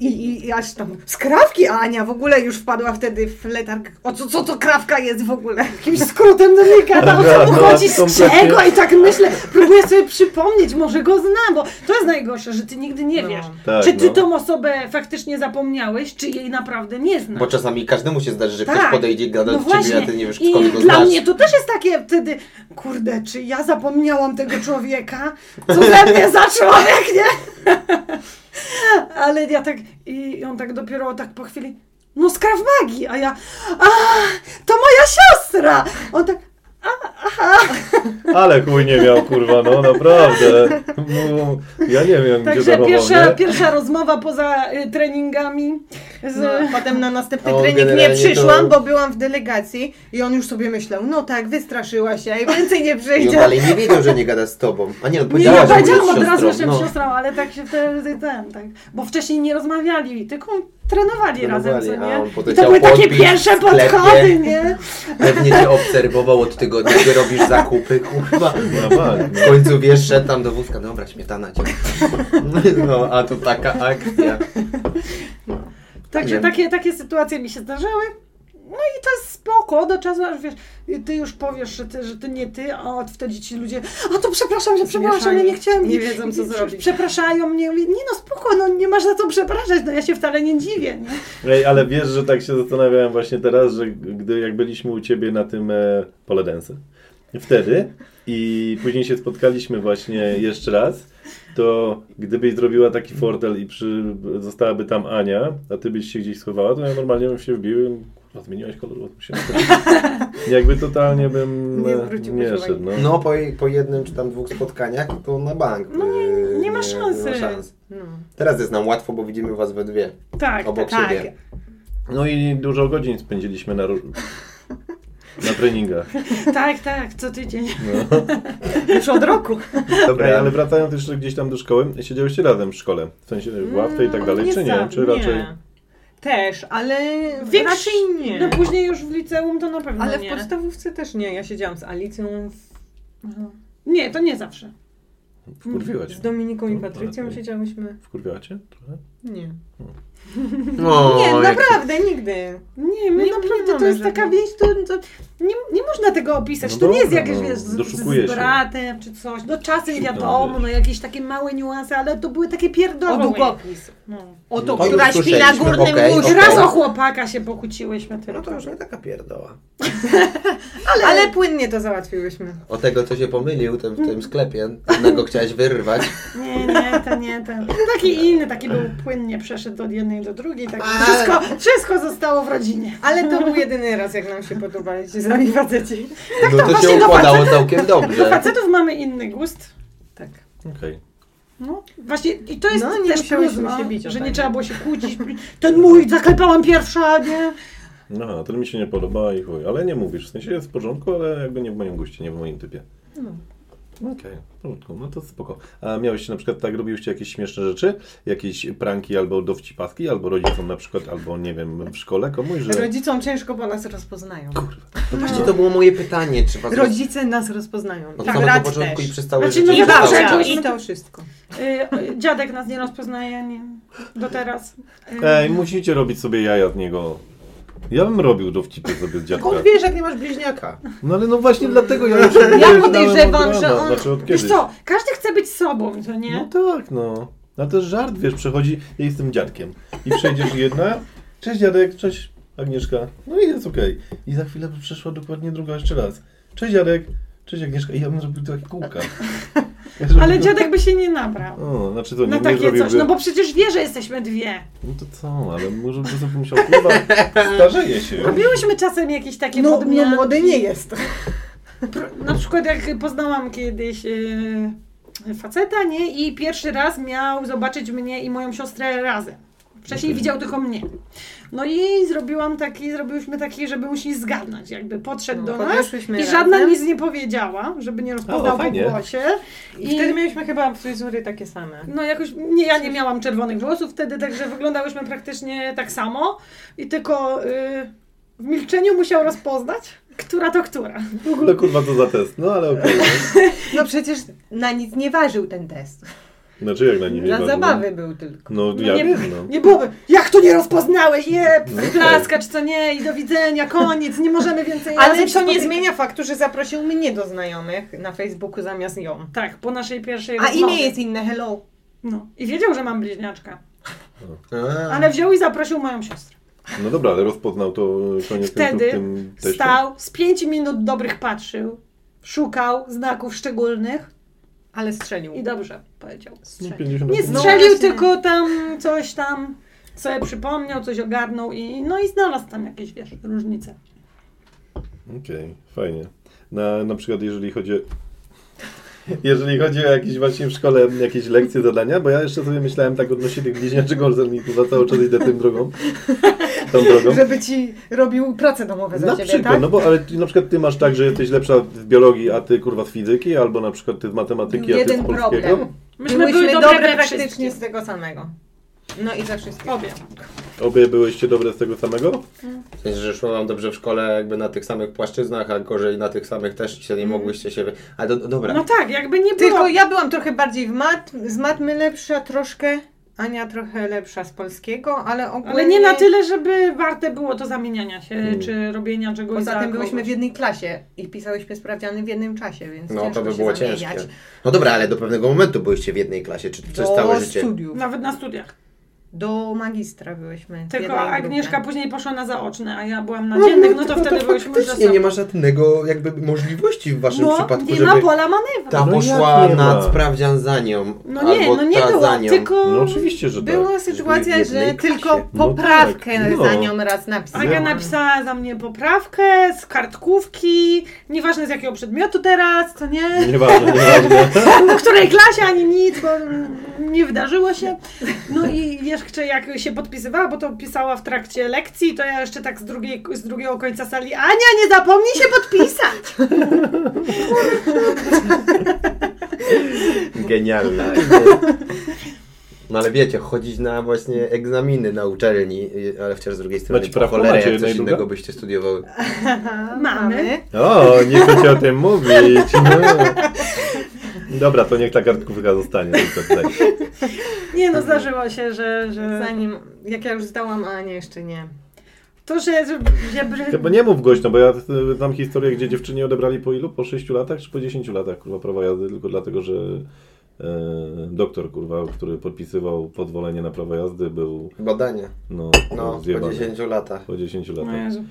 [SPEAKER 3] I, i, i aż tam z krawki a Ania w ogóle już wpadła wtedy w letarg. O co, co to krawka jest w ogóle? (laughs)
[SPEAKER 4] Jakimś
[SPEAKER 1] (laughs)
[SPEAKER 4] skrótem do mnie gadał, o co mu
[SPEAKER 1] No,
[SPEAKER 4] chodzi, z
[SPEAKER 1] kompletnie.
[SPEAKER 4] czego? I tak myślę, próbuję sobie przypomnieć, może go znam, bo to jest najgorsze, że ty nigdy nie
[SPEAKER 3] No.
[SPEAKER 4] wiesz.
[SPEAKER 1] Tak,
[SPEAKER 4] czy ty
[SPEAKER 1] no.
[SPEAKER 4] tą osobę faktycznie zapomniałeś, czy jej naprawdę nie znasz.
[SPEAKER 2] Bo czasami każdemu się zdarzy, że ktoś
[SPEAKER 4] Tak.
[SPEAKER 2] podejdzie i gada
[SPEAKER 4] No
[SPEAKER 2] do ciebie, a
[SPEAKER 4] właśnie.
[SPEAKER 2] ty nie wiesz
[SPEAKER 4] I
[SPEAKER 2] skąd go
[SPEAKER 4] dla
[SPEAKER 2] znasz.
[SPEAKER 4] mnie to też jest takie wtedy, kurde, czy ja zapomniałam tego człowieka? Co ze mnie za człowiek, nie? Ale ja tak, i on tak dopiero tak po chwili, no z Krav magii, a ja, a to moja siostra! On tak,
[SPEAKER 1] Ale chuj nie miał kurwa, no naprawdę. No, ja nie wiem gdzie
[SPEAKER 4] także
[SPEAKER 1] zachował,
[SPEAKER 4] pierwsza,
[SPEAKER 1] nie?
[SPEAKER 4] pierwsza rozmowa poza y, treningami z...
[SPEAKER 3] No, a potem na następny
[SPEAKER 2] A on
[SPEAKER 3] trening nie
[SPEAKER 2] generalnie
[SPEAKER 3] przyszłam,
[SPEAKER 2] to-
[SPEAKER 3] bo byłam w delegacji i on już sobie myślał, no tak, wystraszyła się i więcej nie
[SPEAKER 2] I on
[SPEAKER 3] przyjdzie.
[SPEAKER 2] dalej nie wiedział, że nie gada z tobą. A nie, no
[SPEAKER 4] Nie,
[SPEAKER 2] powiedziała,
[SPEAKER 4] ja
[SPEAKER 2] że
[SPEAKER 4] powiedziałam
[SPEAKER 2] mówisz
[SPEAKER 4] od razu, że
[SPEAKER 2] siostrą.
[SPEAKER 4] jestem
[SPEAKER 2] No.
[SPEAKER 4] siostrą, ale tak się wtedy ten, tak. Bo wcześniej nie rozmawiali, tylko trenowali, razem, co
[SPEAKER 2] Trenowali, a on
[SPEAKER 4] nie?
[SPEAKER 2] potem
[SPEAKER 4] I to były
[SPEAKER 2] chciał
[SPEAKER 4] takie
[SPEAKER 2] podbić
[SPEAKER 4] pierwsze
[SPEAKER 2] w sklepie.
[SPEAKER 4] podchody, nie?
[SPEAKER 2] Pewnie cię obserwował od tygodnia, gdy robisz zakupy, kurwa.
[SPEAKER 1] Normalnie.
[SPEAKER 2] W końcu wiesz, szedł tam do wózka, dobra, śmietana cię. No, a to taka akcja.
[SPEAKER 4] Także
[SPEAKER 2] Wiem.
[SPEAKER 4] takie, takie sytuacje mi się zdarzały. No i to jest spoko, do czasu aż wiesz, ty już powiesz, że ty, że ty nie ty, a od wtedy ci ludzie, a to przepraszam, że przepraszam, ja nie chciałem.
[SPEAKER 3] Nie wiedzą, co zrobić.
[SPEAKER 4] Przepraszają mnie, mówię, nie no spoko, no nie masz za co przepraszać, no ja się wcale nie dziwię, nie?
[SPEAKER 1] Ej, ale wiesz, że tak się zastanawiałem właśnie teraz, że gdy jak byliśmy u ciebie na tym e, pole dance, wtedy i później się spotkaliśmy właśnie jeszcze raz, to gdybyś zrobiła taki fortel i przy, zostałaby tam Ania, a ty byś się gdzieś schowała, to ja normalnie bym się wbił i bym, kurwa, zmieniłaś kolor, bo tu się
[SPEAKER 3] (laughs)
[SPEAKER 1] jakby totalnie bym
[SPEAKER 3] Nie
[SPEAKER 1] e,
[SPEAKER 3] zwróciłbyś
[SPEAKER 1] nie
[SPEAKER 3] uwagi.
[SPEAKER 1] szedł. No.
[SPEAKER 2] No, po, po jednym czy tam dwóch spotkaniach to na bank.
[SPEAKER 4] No nie-
[SPEAKER 2] Yy,
[SPEAKER 4] nie ma szansy.
[SPEAKER 3] No.
[SPEAKER 2] Teraz jest nam łatwo, bo widzimy was we dwie,
[SPEAKER 4] Tak,
[SPEAKER 2] obok
[SPEAKER 4] tak.
[SPEAKER 2] siebie.
[SPEAKER 1] no i dużo godzin spędziliśmy na, róż- na treningach.
[SPEAKER 4] Tak, tak, co tydzień.
[SPEAKER 1] No.
[SPEAKER 3] Już od roku.
[SPEAKER 2] Dobra,
[SPEAKER 1] Ej, ale wracając jeszcze gdzieś tam do szkoły, siedziałyście razem w szkole, w sensie
[SPEAKER 3] Mm,
[SPEAKER 1] w ławce i tak dalej, czy
[SPEAKER 4] nie za-
[SPEAKER 1] nie? Czy raczej...
[SPEAKER 3] Też, ale
[SPEAKER 4] Większy-
[SPEAKER 3] raczej nie.
[SPEAKER 4] No później już w liceum to na pewno
[SPEAKER 3] ale w
[SPEAKER 4] No nie.
[SPEAKER 3] podstawówce też nie. Ja siedziałam z Alicją,
[SPEAKER 4] Aha. Nie, to nie zawsze.
[SPEAKER 1] Wkurwiła
[SPEAKER 3] z
[SPEAKER 1] cię.
[SPEAKER 3] Dominiką i
[SPEAKER 1] No,
[SPEAKER 3] Patrycją
[SPEAKER 1] okej.
[SPEAKER 3] siedziałyśmy.
[SPEAKER 1] Wkurwiła cię trochę?
[SPEAKER 3] Nie.
[SPEAKER 2] No,
[SPEAKER 3] nie,
[SPEAKER 2] jak-
[SPEAKER 3] naprawdę, nigdy.
[SPEAKER 4] Nie, my
[SPEAKER 3] Nie- nie
[SPEAKER 4] naprawdę to
[SPEAKER 3] mamy
[SPEAKER 4] jest taka
[SPEAKER 3] żadnych.
[SPEAKER 4] więź, to, to nie, nie można tego opisać.
[SPEAKER 1] No
[SPEAKER 4] to nie jest
[SPEAKER 1] dobra,
[SPEAKER 4] jakieś,
[SPEAKER 1] no,
[SPEAKER 4] wiesz, z,
[SPEAKER 1] doszukuje
[SPEAKER 4] z
[SPEAKER 1] się.
[SPEAKER 4] bratem czy coś. No czasem
[SPEAKER 1] Szybko
[SPEAKER 4] wiadomo,
[SPEAKER 1] mówisz.
[SPEAKER 4] no jakieś takie małe niuanse, ale to były takie
[SPEAKER 3] O
[SPEAKER 4] pierdoły.
[SPEAKER 3] długopis.
[SPEAKER 4] No.
[SPEAKER 3] O to,
[SPEAKER 2] To już
[SPEAKER 3] która śpi na
[SPEAKER 2] słyszeliśmy,
[SPEAKER 3] górnym
[SPEAKER 2] okej,
[SPEAKER 3] łóżku.
[SPEAKER 2] okej.
[SPEAKER 4] Raz o chłopaka się pokłóciłyśmy tylko.
[SPEAKER 2] No to już nie taka pierdoła.
[SPEAKER 3] Ale... ale płynnie to załatwiłyśmy.
[SPEAKER 2] O tego, co się pomylił tym, w tym sklepie, jednego chciałeś wyrwać.
[SPEAKER 4] Nie, nie, to nie ten. Taki inny, taki był płynnie, przeszedł od jednej do drugiej. Tak.
[SPEAKER 2] Ale-
[SPEAKER 4] Wszystko, wszystko zostało w rodzinie.
[SPEAKER 3] Ale to (laughs) był jedyny raz, jak nam się podobali ci sami faceci.
[SPEAKER 2] No to
[SPEAKER 4] właśnie
[SPEAKER 2] się
[SPEAKER 4] do
[SPEAKER 2] układało całkiem
[SPEAKER 4] (laughs) Do
[SPEAKER 2] dobrze.
[SPEAKER 4] facetów mamy inny gust.
[SPEAKER 3] Tak.
[SPEAKER 1] Okej.
[SPEAKER 4] No, właśnie i to jest
[SPEAKER 3] No, nie
[SPEAKER 4] też plus,
[SPEAKER 3] musiałyśmy
[SPEAKER 4] no,
[SPEAKER 3] się bić o
[SPEAKER 4] że nie
[SPEAKER 3] tak.
[SPEAKER 4] trzeba było się kłócić. Ten mój, zaklepałam pierwsza, nie?
[SPEAKER 1] No, ten mi się nie podoba i chuj, ale nie mówisz, w sensie jest w porządku, ale jakby nie w moim guście, nie w moim typie. No. Okej, w porządku, no to spoko. A miałeś na przykład tak, robiłyście jakieś śmieszne rzeczy? Jakieś pranki albo dowcipaski, albo rodzicom na przykład, albo nie wiem, w szkole komuś, że...
[SPEAKER 3] Rodzicom ciężko, bo nas rozpoznają.
[SPEAKER 2] No właśnie to było moje pytanie, czy was
[SPEAKER 3] Rodzice nas rozpoznają.
[SPEAKER 2] od
[SPEAKER 3] Tak,
[SPEAKER 2] samego
[SPEAKER 3] brat
[SPEAKER 2] początku
[SPEAKER 3] też.
[SPEAKER 2] i przez całe
[SPEAKER 4] Znaczy,
[SPEAKER 2] życie.
[SPEAKER 4] no
[SPEAKER 3] I
[SPEAKER 2] nie
[SPEAKER 4] wiadomo,
[SPEAKER 2] dało.
[SPEAKER 3] babcia,
[SPEAKER 4] że-
[SPEAKER 3] i to wszystko.
[SPEAKER 4] Y, dziadek nas nie rozpoznaje, nie. Do teraz. Y,
[SPEAKER 1] Ej, musicie robić sobie jaja z niego. Ja bym robił dowcipy sobie z dziadka.
[SPEAKER 2] Skąd wiesz, jak nie masz bliźniaka?
[SPEAKER 1] No ale no właśnie dlatego (laughs) ja już
[SPEAKER 3] Ja podejrzewam, że on...
[SPEAKER 1] Znaczy od
[SPEAKER 4] Wiesz
[SPEAKER 1] kiedyś.
[SPEAKER 4] co, każdy chce być sobą, to nie?
[SPEAKER 1] No tak, no. A też żart, wiesz, przechodzi, ja jestem dziadkiem. I przejdziesz (laughs) jedna, cześć dziadek, cześć Agnieszka. No i jest okej. I za chwilę by przeszła dokładnie druga jeszcze raz. Cześć dziadek, cześć Agnieszka. I ja bym zrobił takie kółka. Ja
[SPEAKER 4] (laughs) Ale
[SPEAKER 1] zrobił-
[SPEAKER 4] dziadek by się nie nabrał.
[SPEAKER 1] O, znaczy No. to nie,
[SPEAKER 4] Na
[SPEAKER 1] nie
[SPEAKER 4] takie
[SPEAKER 1] zrobiłby...
[SPEAKER 4] coś, no bo przecież wie, że jesteśmy dwie.
[SPEAKER 1] No to co, ale może by sobie musiał chyba starzeje się.
[SPEAKER 4] Robiłyśmy czasem jakieś takie
[SPEAKER 3] No, no
[SPEAKER 4] podmiany.
[SPEAKER 3] młody nie jest.
[SPEAKER 4] Pr- Na przykład jak poznałam kiedyś yy, faceta, nie? I pierwszy raz miał zobaczyć mnie i moją siostrę razem. Wcześniej
[SPEAKER 1] Okej.
[SPEAKER 4] widział tylko mnie. No i zrobiłam taki, zrobiłyśmy taki, żeby musi zgadnąć, jakby podszedł do nas.
[SPEAKER 3] Podeszłyśmy
[SPEAKER 4] I żadna
[SPEAKER 3] No, razem.
[SPEAKER 4] nic nie powiedziała, żeby nie
[SPEAKER 1] O,
[SPEAKER 4] rozpoznał po
[SPEAKER 1] fajnie.
[SPEAKER 4] głosie.
[SPEAKER 3] I wtedy mieliśmy chyba fryzury takie same.
[SPEAKER 4] No jakoś, nie, ja nie miałam czerwonych włosów wtedy, także wyglądałyśmy praktycznie tak samo i tylko y, w milczeniu musiał rozpoznać, która to która.
[SPEAKER 1] W ogóle kurwa to za test. No ale okej.
[SPEAKER 3] No przecież na nic nie ważył ten test.
[SPEAKER 1] Znaczy jak na nim
[SPEAKER 3] Dla
[SPEAKER 1] ważne?
[SPEAKER 3] zabawy był tylko.
[SPEAKER 1] No,
[SPEAKER 4] No
[SPEAKER 1] ja
[SPEAKER 4] nie-
[SPEAKER 1] wiem, no.
[SPEAKER 4] Nie byłoby, jak to nie rozpoznałeś, je,
[SPEAKER 1] No tak.
[SPEAKER 4] plaska czy co nie, i do widzenia, koniec, nie możemy więcej
[SPEAKER 3] Ale
[SPEAKER 4] razem
[SPEAKER 3] to nie
[SPEAKER 4] spotykać.
[SPEAKER 3] zmienia faktu, że zaprosił mnie do znajomych na Facebooku zamiast ją.
[SPEAKER 4] Tak, po naszej pierwszej
[SPEAKER 3] A
[SPEAKER 4] rozmowie.
[SPEAKER 3] imię jest inne, hello.
[SPEAKER 4] No. I wiedział, że mam bliźniaczka,
[SPEAKER 2] Ale
[SPEAKER 4] ale wziął i zaprosił moją siostrę.
[SPEAKER 1] No dobra, ale rozpoznał to koniec
[SPEAKER 4] Wtedy
[SPEAKER 1] końców w tym teście.
[SPEAKER 4] Stał, z pięć minut dobrych patrzył, szukał znaków szczególnych
[SPEAKER 3] Ale strzelił.
[SPEAKER 4] i dobrze powiedział.
[SPEAKER 1] No, 50
[SPEAKER 4] Nie
[SPEAKER 1] no,
[SPEAKER 4] strzelił,
[SPEAKER 3] właśnie.
[SPEAKER 4] tylko tam coś tam sobie przypomniał, coś ogarnął i no i znalazł tam jakieś, wiesz, różnice.
[SPEAKER 1] Okej, fajnie. Na, na przykład jeżeli chodzi o... (laughs) Jeżeli chodzi o jakieś właśnie w szkole jakieś lekcje, zadania, bo ja jeszcze sobie myślałem tak odnośnie tych bliźniaczych orzelników, za cały czas idę tym drogą.
[SPEAKER 3] (laughs)
[SPEAKER 1] Tą drogą.
[SPEAKER 3] Żeby ci robił pracę domową za
[SPEAKER 1] No. Na
[SPEAKER 3] ciebie,
[SPEAKER 1] przykład,
[SPEAKER 3] tak?
[SPEAKER 1] no bo ale ty, na przykład ty masz tak, że jesteś lepsza w biologii, a ty kurwa z fizyki, albo na przykład ty z matematyki,
[SPEAKER 3] Był
[SPEAKER 1] a ty z
[SPEAKER 3] jeden
[SPEAKER 1] polskiego.
[SPEAKER 3] problem.
[SPEAKER 4] Myśmy
[SPEAKER 3] Byłyśmy
[SPEAKER 4] byli dobre,
[SPEAKER 3] dobre,
[SPEAKER 4] we
[SPEAKER 3] praktycznie
[SPEAKER 4] wszystkim.
[SPEAKER 3] z tego samego. No i ze wszystkiego.
[SPEAKER 4] Obie.
[SPEAKER 1] Obie byłyście dobre z tego samego?
[SPEAKER 2] w sensie, że szło wam dobrze w szkole jakby na tych samych płaszczyznach, a gorzej na tych samych też się nie mogłyście się... wy- A do, dobra.
[SPEAKER 4] No tak, jakby nie było.
[SPEAKER 3] Tylko ja byłam trochę bardziej w mat, z matmy lepsza troszkę, Ania trochę lepsza z polskiego, ale ogólnie...
[SPEAKER 4] Ale nie na tyle, żeby warte było to zamieniania się,
[SPEAKER 2] Hmm.
[SPEAKER 1] Mm.
[SPEAKER 4] czy robienia czegoś
[SPEAKER 3] Poza
[SPEAKER 4] za
[SPEAKER 3] tym byłyśmy
[SPEAKER 4] kogoś.
[SPEAKER 3] w jednej klasie i pisałyśmy sprawdziany w jednym czasie, więc
[SPEAKER 2] No
[SPEAKER 3] ciężko
[SPEAKER 2] to by
[SPEAKER 3] się
[SPEAKER 2] było
[SPEAKER 3] zamieniać.
[SPEAKER 2] ciężkie. No dobra, ale do pewnego momentu byliście w jednej klasie, czy przez
[SPEAKER 3] do
[SPEAKER 2] całe życie?
[SPEAKER 3] studiów.
[SPEAKER 4] Nawet na studiach.
[SPEAKER 3] Do magistra byłyśmy. w
[SPEAKER 4] Tylko
[SPEAKER 3] jednej
[SPEAKER 4] Agnieszka
[SPEAKER 3] grupie.
[SPEAKER 4] później poszła na zaoczne, a ja byłam na dziennych, no to wtedy byłyśmy ze
[SPEAKER 2] faktycznie
[SPEAKER 4] sobą.
[SPEAKER 2] nie ma żadnego jakby możliwości w waszym
[SPEAKER 4] No,
[SPEAKER 2] przypadku,
[SPEAKER 4] nie
[SPEAKER 2] żeby
[SPEAKER 4] ma pola manewru.
[SPEAKER 2] ta
[SPEAKER 1] No jak
[SPEAKER 2] poszła
[SPEAKER 1] nie ma?
[SPEAKER 2] na sprawdzian za nią,
[SPEAKER 4] No nie,
[SPEAKER 2] albo
[SPEAKER 4] no nie
[SPEAKER 2] ta za
[SPEAKER 4] była,
[SPEAKER 2] nią.
[SPEAKER 4] tylko
[SPEAKER 1] No oczywiście, że tak.
[SPEAKER 3] Była sytuacja,
[SPEAKER 2] Były w
[SPEAKER 3] że
[SPEAKER 2] jednej
[SPEAKER 3] tylko
[SPEAKER 2] klasie.
[SPEAKER 1] No
[SPEAKER 3] poprawkę
[SPEAKER 1] tak, no.
[SPEAKER 3] za nią raz napisałam.
[SPEAKER 4] Aga
[SPEAKER 3] (laughs)
[SPEAKER 4] napisała za mnie poprawkę z kartkówki, nieważne z jakiego przedmiotu teraz, to nie,
[SPEAKER 1] tak. Nieważne, nieważne.
[SPEAKER 4] w której klasie ani nic, bo mm, nie wydarzyło się. No i jeszcze jak się podpisywała, bo to pisała w trakcie lekcji, to ja jeszcze tak z, drugiej, z drugiego końca sali, Ania, nie zapomnij się podpisać!
[SPEAKER 2] Genialna. (laughs) No ale wiecie, chodzić na właśnie egzaminy na uczelni, y, ale wciąż z drugiej strony
[SPEAKER 1] Macie
[SPEAKER 2] po
[SPEAKER 1] prawo,
[SPEAKER 2] cholerę
[SPEAKER 1] macie
[SPEAKER 2] jak coś
[SPEAKER 1] najdługa?
[SPEAKER 2] innego byście studiowały.
[SPEAKER 4] Mamy.
[SPEAKER 1] O, nie chcecie o tym mówić. No. Dobra, to niech ta kartkówka zostanie. tylko tutaj.
[SPEAKER 4] Nie no, zdarzyło się, że... że...
[SPEAKER 3] Zanim, jak ja już zdałam, a nie, jeszcze nie.
[SPEAKER 4] To, że... że, że
[SPEAKER 1] Chyba nie mów głośno, bo ja y, znam historię, gdzie dziewczynie odebrali po ilu? Po 6 latach czy po 10 latach kurwa prawa jazdy, tylko dlatego, że e, doktor kurwa, który podpisywał pozwolenie na prawo jazdy był
[SPEAKER 2] Badania.
[SPEAKER 1] no,
[SPEAKER 2] No, po
[SPEAKER 1] zjebany. (laughs)
[SPEAKER 2] 10 latach.
[SPEAKER 1] Po 10
[SPEAKER 4] No
[SPEAKER 1] latach.
[SPEAKER 4] Jezu.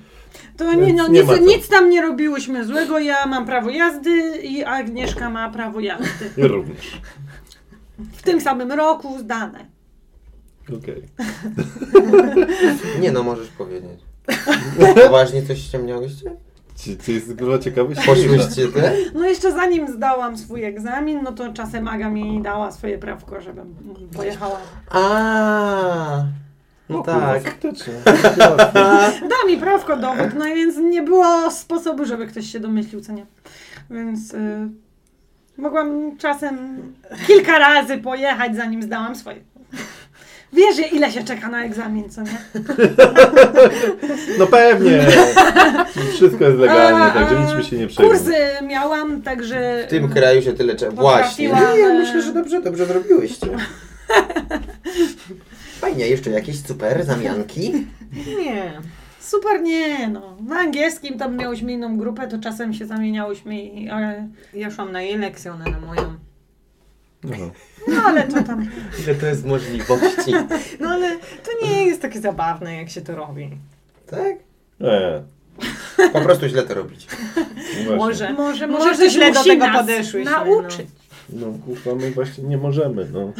[SPEAKER 4] To
[SPEAKER 1] Więc
[SPEAKER 4] nie, no,
[SPEAKER 1] nie
[SPEAKER 4] nic,
[SPEAKER 1] ma co.
[SPEAKER 4] nic tam nie robiłyśmy złego. Ja mam prawo jazdy i Agnieszka ma prawo jazdy.
[SPEAKER 1] I również.
[SPEAKER 4] W tym samym roku zdane.
[SPEAKER 1] Okej.
[SPEAKER 2] Nie no, możesz
[SPEAKER 1] (laughs)
[SPEAKER 2] powiedzieć. Poważnie coś ściemniałyście?
[SPEAKER 1] Czy Ty jest kurwa ciekawy?
[SPEAKER 2] Poszłyście
[SPEAKER 1] tak?
[SPEAKER 2] te?
[SPEAKER 4] No jeszcze zanim zdałam swój egzamin, no to czasem Aga mi dała swoje prawko, żebym pojechała.
[SPEAKER 2] A. No tak.
[SPEAKER 4] Da mi prawko dowód, no i więc nie było sposobu, żeby ktoś się domyślił, co nie. Więc y, mogłam czasem kilka razy pojechać, zanim zdałam swoje. Wiesz, ile się czeka na egzamin, co nie?
[SPEAKER 1] No pewnie. Wszystko jest
[SPEAKER 4] A,
[SPEAKER 1] legalnie,
[SPEAKER 4] a,
[SPEAKER 1] także nic mi się nie przejmuje.
[SPEAKER 4] Kursy miałam, także.
[SPEAKER 2] W tym kraju się tyle trzeba. Właśnie.
[SPEAKER 4] Potrafiłam,
[SPEAKER 2] Nie,
[SPEAKER 4] e,
[SPEAKER 2] ja myślę, że dobrze, dobrze
[SPEAKER 4] (laughs)
[SPEAKER 2] zrobiłyście. Fajnie, jeszcze jakieś super zamianki?
[SPEAKER 3] Nie.
[SPEAKER 4] Super nie, no. Na angielskim tam miałyśmy inną grupę, to czasem się zamieniałyśmy, i- ale...
[SPEAKER 3] Ja szłam na jej lekcję, ona na moją.
[SPEAKER 4] No ale to tam...
[SPEAKER 2] Ile to jest możliwości?
[SPEAKER 3] No ale to nie jest takie zabawne, jak się to robi.
[SPEAKER 2] tak?
[SPEAKER 1] E, no
[SPEAKER 2] Po prostu źle to robić.
[SPEAKER 4] (laughs)
[SPEAKER 1] właśnie.
[SPEAKER 4] Może,
[SPEAKER 3] Może. Może
[SPEAKER 4] może
[SPEAKER 3] ktoś
[SPEAKER 4] źle do
[SPEAKER 3] musi
[SPEAKER 4] tego
[SPEAKER 3] nas
[SPEAKER 4] podeszłyśmy.
[SPEAKER 3] nauczyć.
[SPEAKER 1] No kurwa, my właśnie nie możemy, no.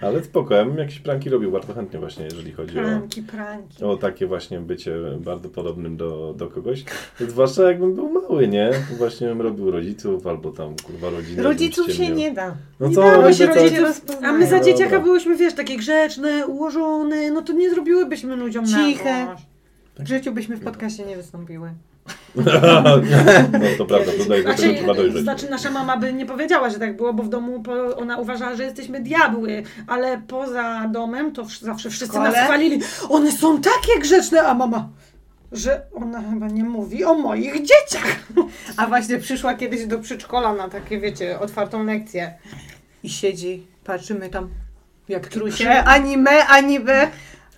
[SPEAKER 1] Ale spoko, ja bym jakieś pranki robił bardzo chętnie właśnie, jeżeli chodzi o...
[SPEAKER 4] Pranki, pranki.
[SPEAKER 1] O takie właśnie bycie bardzo podobnym do, do kogoś. Zwłaszcza jakbym był mały, nie? Właśnie bym robił rodziców albo tam kurwa rodzinę.
[SPEAKER 3] Rodziców
[SPEAKER 1] żebym
[SPEAKER 3] się
[SPEAKER 1] ściemniał.
[SPEAKER 3] nie da.
[SPEAKER 1] No
[SPEAKER 4] nie
[SPEAKER 1] co,
[SPEAKER 4] dało
[SPEAKER 1] robię
[SPEAKER 4] się
[SPEAKER 1] coś... (laughs)
[SPEAKER 4] rodziców- A my za
[SPEAKER 1] no Dobra.
[SPEAKER 4] dzieciaka byłyśmy, wiesz, takie grzeczne, ułożone, no to nie zrobiłybyśmy ludziom na
[SPEAKER 3] Ciche.
[SPEAKER 4] złość.
[SPEAKER 1] Tak.
[SPEAKER 3] W życiu byśmy w podcaście nie wystąpiły.
[SPEAKER 1] No to prawda, to daje do tego
[SPEAKER 4] Znaczy,
[SPEAKER 1] trzeba dojrzeć.
[SPEAKER 4] znaczy, nasza mama by nie powiedziała, że tak było, bo w domu po, ona uważała, że jesteśmy diabły, ale poza domem to wsz- zawsze wszyscy
[SPEAKER 3] Szkole?
[SPEAKER 4] nas chwalili. One są takie grzeczne, a mama, że ona chyba nie mówi o moich dzieciach.
[SPEAKER 3] A właśnie przyszła kiedyś do przedszkola na takie, wiecie, otwartą lekcję. I siedzi, patrzymy tam, jak trusie, ani me, ani we.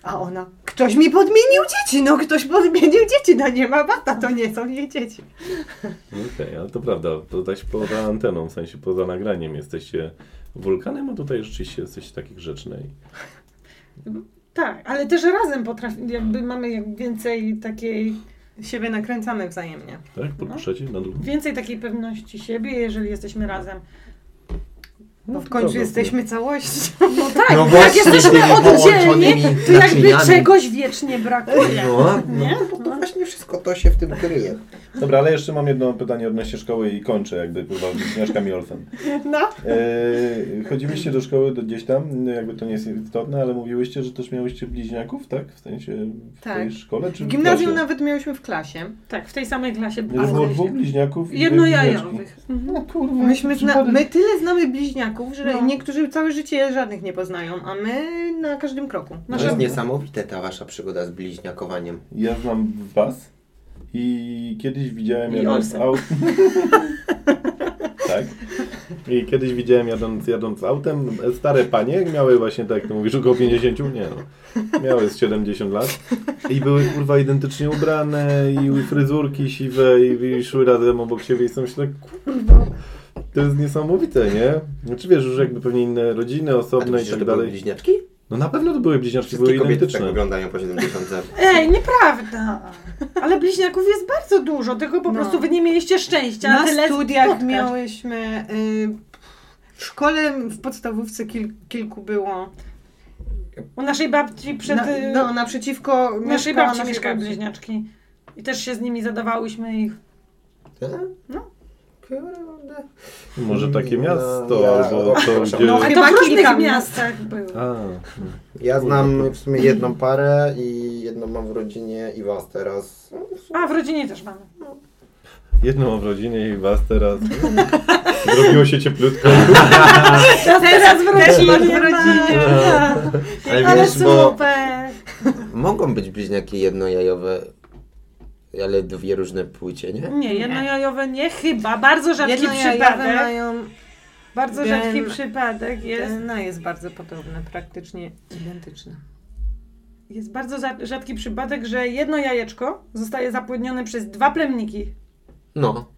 [SPEAKER 3] A ona, ktoś mi podmienił dzieci, no ktoś podmienił dzieci, no nie ma bata, to nie są jej dzieci.
[SPEAKER 1] No Okej, ale to prawda, to zaś poza anteną, w sensie poza nagraniem jesteście wulkanem, a tutaj rzeczywiście jesteście taki grzeczny.
[SPEAKER 4] Tak, ale też razem potrafimy, jakby mamy jak więcej takiej,
[SPEAKER 3] Siebie nakręcamy wzajemnie.
[SPEAKER 1] Tak?
[SPEAKER 4] No.
[SPEAKER 1] Podpuszczacie na drugą?
[SPEAKER 4] więcej takiej pewności siebie, jeżeli jesteśmy razem.
[SPEAKER 3] Bo No w
[SPEAKER 1] Dobra,
[SPEAKER 3] końcu
[SPEAKER 1] No to-
[SPEAKER 3] jesteśmy całością.
[SPEAKER 4] No tak,
[SPEAKER 2] No
[SPEAKER 4] jak
[SPEAKER 2] właśnie,
[SPEAKER 4] jesteśmy
[SPEAKER 2] tymi
[SPEAKER 4] oddzielni,
[SPEAKER 2] połączonymi
[SPEAKER 4] to jakby
[SPEAKER 2] naczyniami.
[SPEAKER 4] czegoś wiecznie brakuje.
[SPEAKER 2] No,
[SPEAKER 4] Nie? No,
[SPEAKER 2] no to, to właśnie wszystko to się w tym kryje.
[SPEAKER 1] Dobra, ale jeszcze mam jedno pytanie odnośnie szkoły i kończę jakby kurwa Agnieszka Miolsen.
[SPEAKER 4] No.
[SPEAKER 1] Yy, chodziłyście do szkoły do gdzieś tam, no jakby to nie jest istotne, ale mówiłyście, że też miałyście bliźniaków, tak? W sensie w
[SPEAKER 3] Tak.
[SPEAKER 1] tej szkole czy
[SPEAKER 3] W
[SPEAKER 1] w
[SPEAKER 3] gimnazjum
[SPEAKER 1] klasie?
[SPEAKER 3] nawet miałyśmy w klasie.
[SPEAKER 4] Tak, w tej samej klasie.
[SPEAKER 1] Że
[SPEAKER 2] No,
[SPEAKER 4] A,
[SPEAKER 1] było
[SPEAKER 4] właśnie.
[SPEAKER 1] dwóch bliźniaków i
[SPEAKER 4] Jednojajowych.
[SPEAKER 1] No kurwa.
[SPEAKER 3] Mhm. Myśmy zna,
[SPEAKER 1] przypadek.
[SPEAKER 3] my tyle znamy bliźniaków, że
[SPEAKER 4] No.
[SPEAKER 3] niektórzy całe życie żadnych nie poznają, a my na każdym kroku.
[SPEAKER 2] To
[SPEAKER 1] Nasza-
[SPEAKER 2] jest niesamowite ta wasza przygoda z bliźniakowaniem.
[SPEAKER 1] Ja znam was i kiedyś widziałem
[SPEAKER 4] I
[SPEAKER 1] jadąc
[SPEAKER 4] Olsen.
[SPEAKER 1] autem. tak. I kiedyś widziałem jadąc, jadąc autem stare panie, miały właśnie tak, jak ty mówisz, około 50, nie no. Miały z 70 lat i były kurwa identycznie ubrane i fryzurki siwe i, i szły razem obok siebie i są się tak kurwa. To jest niesamowite, nie? Znaczy wiesz, już jakby pewnie inne rodziny,
[SPEAKER 2] A ty
[SPEAKER 1] osobne i
[SPEAKER 2] myślisz, że
[SPEAKER 1] tak
[SPEAKER 2] to były
[SPEAKER 1] dalej.
[SPEAKER 2] bliźniaczki?
[SPEAKER 1] No na pewno to były bliźniaczki,
[SPEAKER 2] Wszystkie
[SPEAKER 1] były
[SPEAKER 2] kobiety tak
[SPEAKER 1] identyczne.
[SPEAKER 2] wyglądają po 70.
[SPEAKER 4] Ej, nieprawda. Ale bliźniaków jest bardzo dużo, tylko po
[SPEAKER 3] No.
[SPEAKER 4] prostu wy nie mieliście szczęścia.
[SPEAKER 3] Na
[SPEAKER 4] tyle
[SPEAKER 3] studiach
[SPEAKER 4] spotkań.
[SPEAKER 3] miałyśmy. Y, w szkole w podstawówce kil, kilku było.
[SPEAKER 4] U naszej babci przed...
[SPEAKER 3] na,
[SPEAKER 4] y,
[SPEAKER 3] no, naprzeciwko
[SPEAKER 4] u naszej
[SPEAKER 3] mieszkała
[SPEAKER 4] babci mieszkały bliźniaczki. I też się z nimi zadawałyśmy ich.
[SPEAKER 2] Tak?
[SPEAKER 4] No.
[SPEAKER 1] Może takie
[SPEAKER 2] No,
[SPEAKER 1] miasto,
[SPEAKER 2] ja-
[SPEAKER 1] albo to
[SPEAKER 2] przepraszam.
[SPEAKER 1] gdzie...
[SPEAKER 3] No,
[SPEAKER 4] A
[SPEAKER 3] Chyba
[SPEAKER 4] to w różnych
[SPEAKER 3] kilka
[SPEAKER 4] miastach było.
[SPEAKER 1] A,
[SPEAKER 2] Ja znam w sumie jedną parę i jedną mam w rodzinie i was teraz. No,
[SPEAKER 4] A, w rodzinie też mamy.
[SPEAKER 1] jedną mam w rodzinie i was teraz.
[SPEAKER 2] Mm.
[SPEAKER 1] (laughs) Zrobiło się
[SPEAKER 2] (laughs)
[SPEAKER 1] cieplutko.
[SPEAKER 4] Teraz, teraz w rodzinie.
[SPEAKER 3] mam w rodzinie.
[SPEAKER 2] Ale
[SPEAKER 4] Ale
[SPEAKER 2] wiesz, bo
[SPEAKER 4] super.
[SPEAKER 2] mogą być bliźniaki jednojajowe, ale dwie różne płcie, nie?
[SPEAKER 4] Nie, jednojajowe nie chyba. Bardzo rzadki
[SPEAKER 3] Jednojajowe
[SPEAKER 4] przypadek.
[SPEAKER 3] mają.
[SPEAKER 4] Bardzo
[SPEAKER 3] Gen-
[SPEAKER 4] rzadki przypadek jest.
[SPEAKER 3] DNA jest bardzo podobne, praktycznie identyczne.
[SPEAKER 4] Jest bardzo za- rzadki przypadek, że jedno jajeczko zostaje zapłodnione przez dwa plemniki
[SPEAKER 2] No.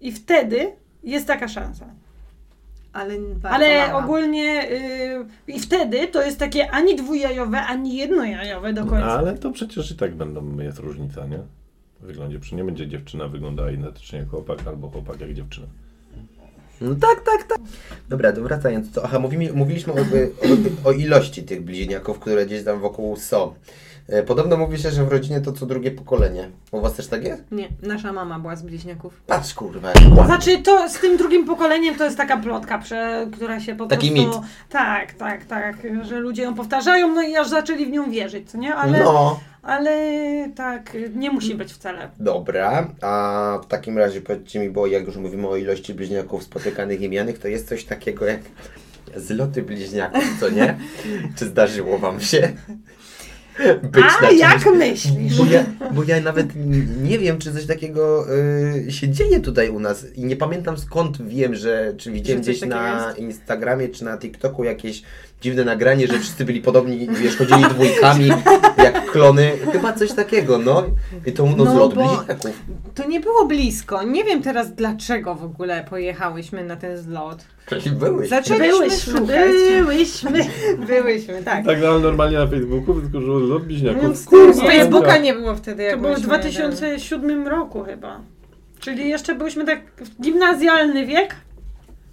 [SPEAKER 4] i wtedy jest taka szansa.
[SPEAKER 3] Ale, bardzo
[SPEAKER 4] Ale
[SPEAKER 3] mała.
[SPEAKER 4] ogólnie y, i wtedy to jest takie ani dwujajowe, ani jednojajowe
[SPEAKER 2] No,
[SPEAKER 4] do końca.
[SPEAKER 1] Ale to przecież i tak będą, jest różnica, nie? W wyglądzie, przy nie będzie dziewczyna wyglądała identycznie jak chłopak, albo chłopak jak dziewczyna.
[SPEAKER 2] No tak, tak, tak. Dobra, to wracając. To, aha, mówimy, mówiliśmy o, o, o ilości tych bliźniaków, które gdzieś tam wokół są. E, Podobno mówi się, że w rodzinie to co drugie pokolenie. U was też tak jest?
[SPEAKER 3] Nie, nasza mama była z bliźniaków.
[SPEAKER 2] Patrz kurwa.
[SPEAKER 4] Znaczy to z tym drugim pokoleniem to jest taka plotka, prze, która się po
[SPEAKER 2] Taki
[SPEAKER 4] prostu...
[SPEAKER 2] mit.
[SPEAKER 4] Tak, tak, tak, że ludzie ją powtarzają, no i aż zaczęli w nią wierzyć, co nie? Ale,
[SPEAKER 2] No,
[SPEAKER 4] ale tak, nie musi być wcale.
[SPEAKER 2] dobra. A w takim razie powiedzcie mi, bo jak już mówimy o ilości bliźniaków spotykanych i mianych, to jest coś takiego jak zloty bliźniaków, co nie? Czy zdarzyło wam się? być znaczy, na
[SPEAKER 4] A
[SPEAKER 2] czymś.
[SPEAKER 4] jak myślisz?
[SPEAKER 2] Bo ja, bo ja nawet n- nie wiem, czy coś takiego y, się dzieje tutaj u nas i nie pamiętam skąd wiem, że czy widziałem
[SPEAKER 3] Że coś
[SPEAKER 2] gdzieś na
[SPEAKER 3] takiego
[SPEAKER 2] Instagramie czy na TikToku jakieś dziwne nagranie, że wszyscy byli podobni, wiesz, chodzili dwójkami jak klony. Chyba coś takiego, no. I to u nas
[SPEAKER 3] No,
[SPEAKER 2] lot
[SPEAKER 3] bo-
[SPEAKER 2] bliźniaków.
[SPEAKER 3] To nie było blisko. Nie wiem teraz dlaczego w ogóle pojechałyśmy na ten zlot.
[SPEAKER 2] Czyli były.
[SPEAKER 3] Zaczęliśmy
[SPEAKER 4] Byłyśmy,
[SPEAKER 3] szukać.
[SPEAKER 4] byłyśmy.
[SPEAKER 3] (laughs) Byłyśmy, tak.
[SPEAKER 1] Tak no, ale normalnie na Facebooku wytkurzyło lot
[SPEAKER 3] No,
[SPEAKER 1] bliźniaków.
[SPEAKER 3] kurwa, tak.
[SPEAKER 1] Kurwa.
[SPEAKER 3] Facebooka nie było wtedy, jak
[SPEAKER 4] To było w
[SPEAKER 3] byliśmy
[SPEAKER 4] 2007 roku chyba. Czyli jeszcze byliśmy tak w gimnazjalny wiek.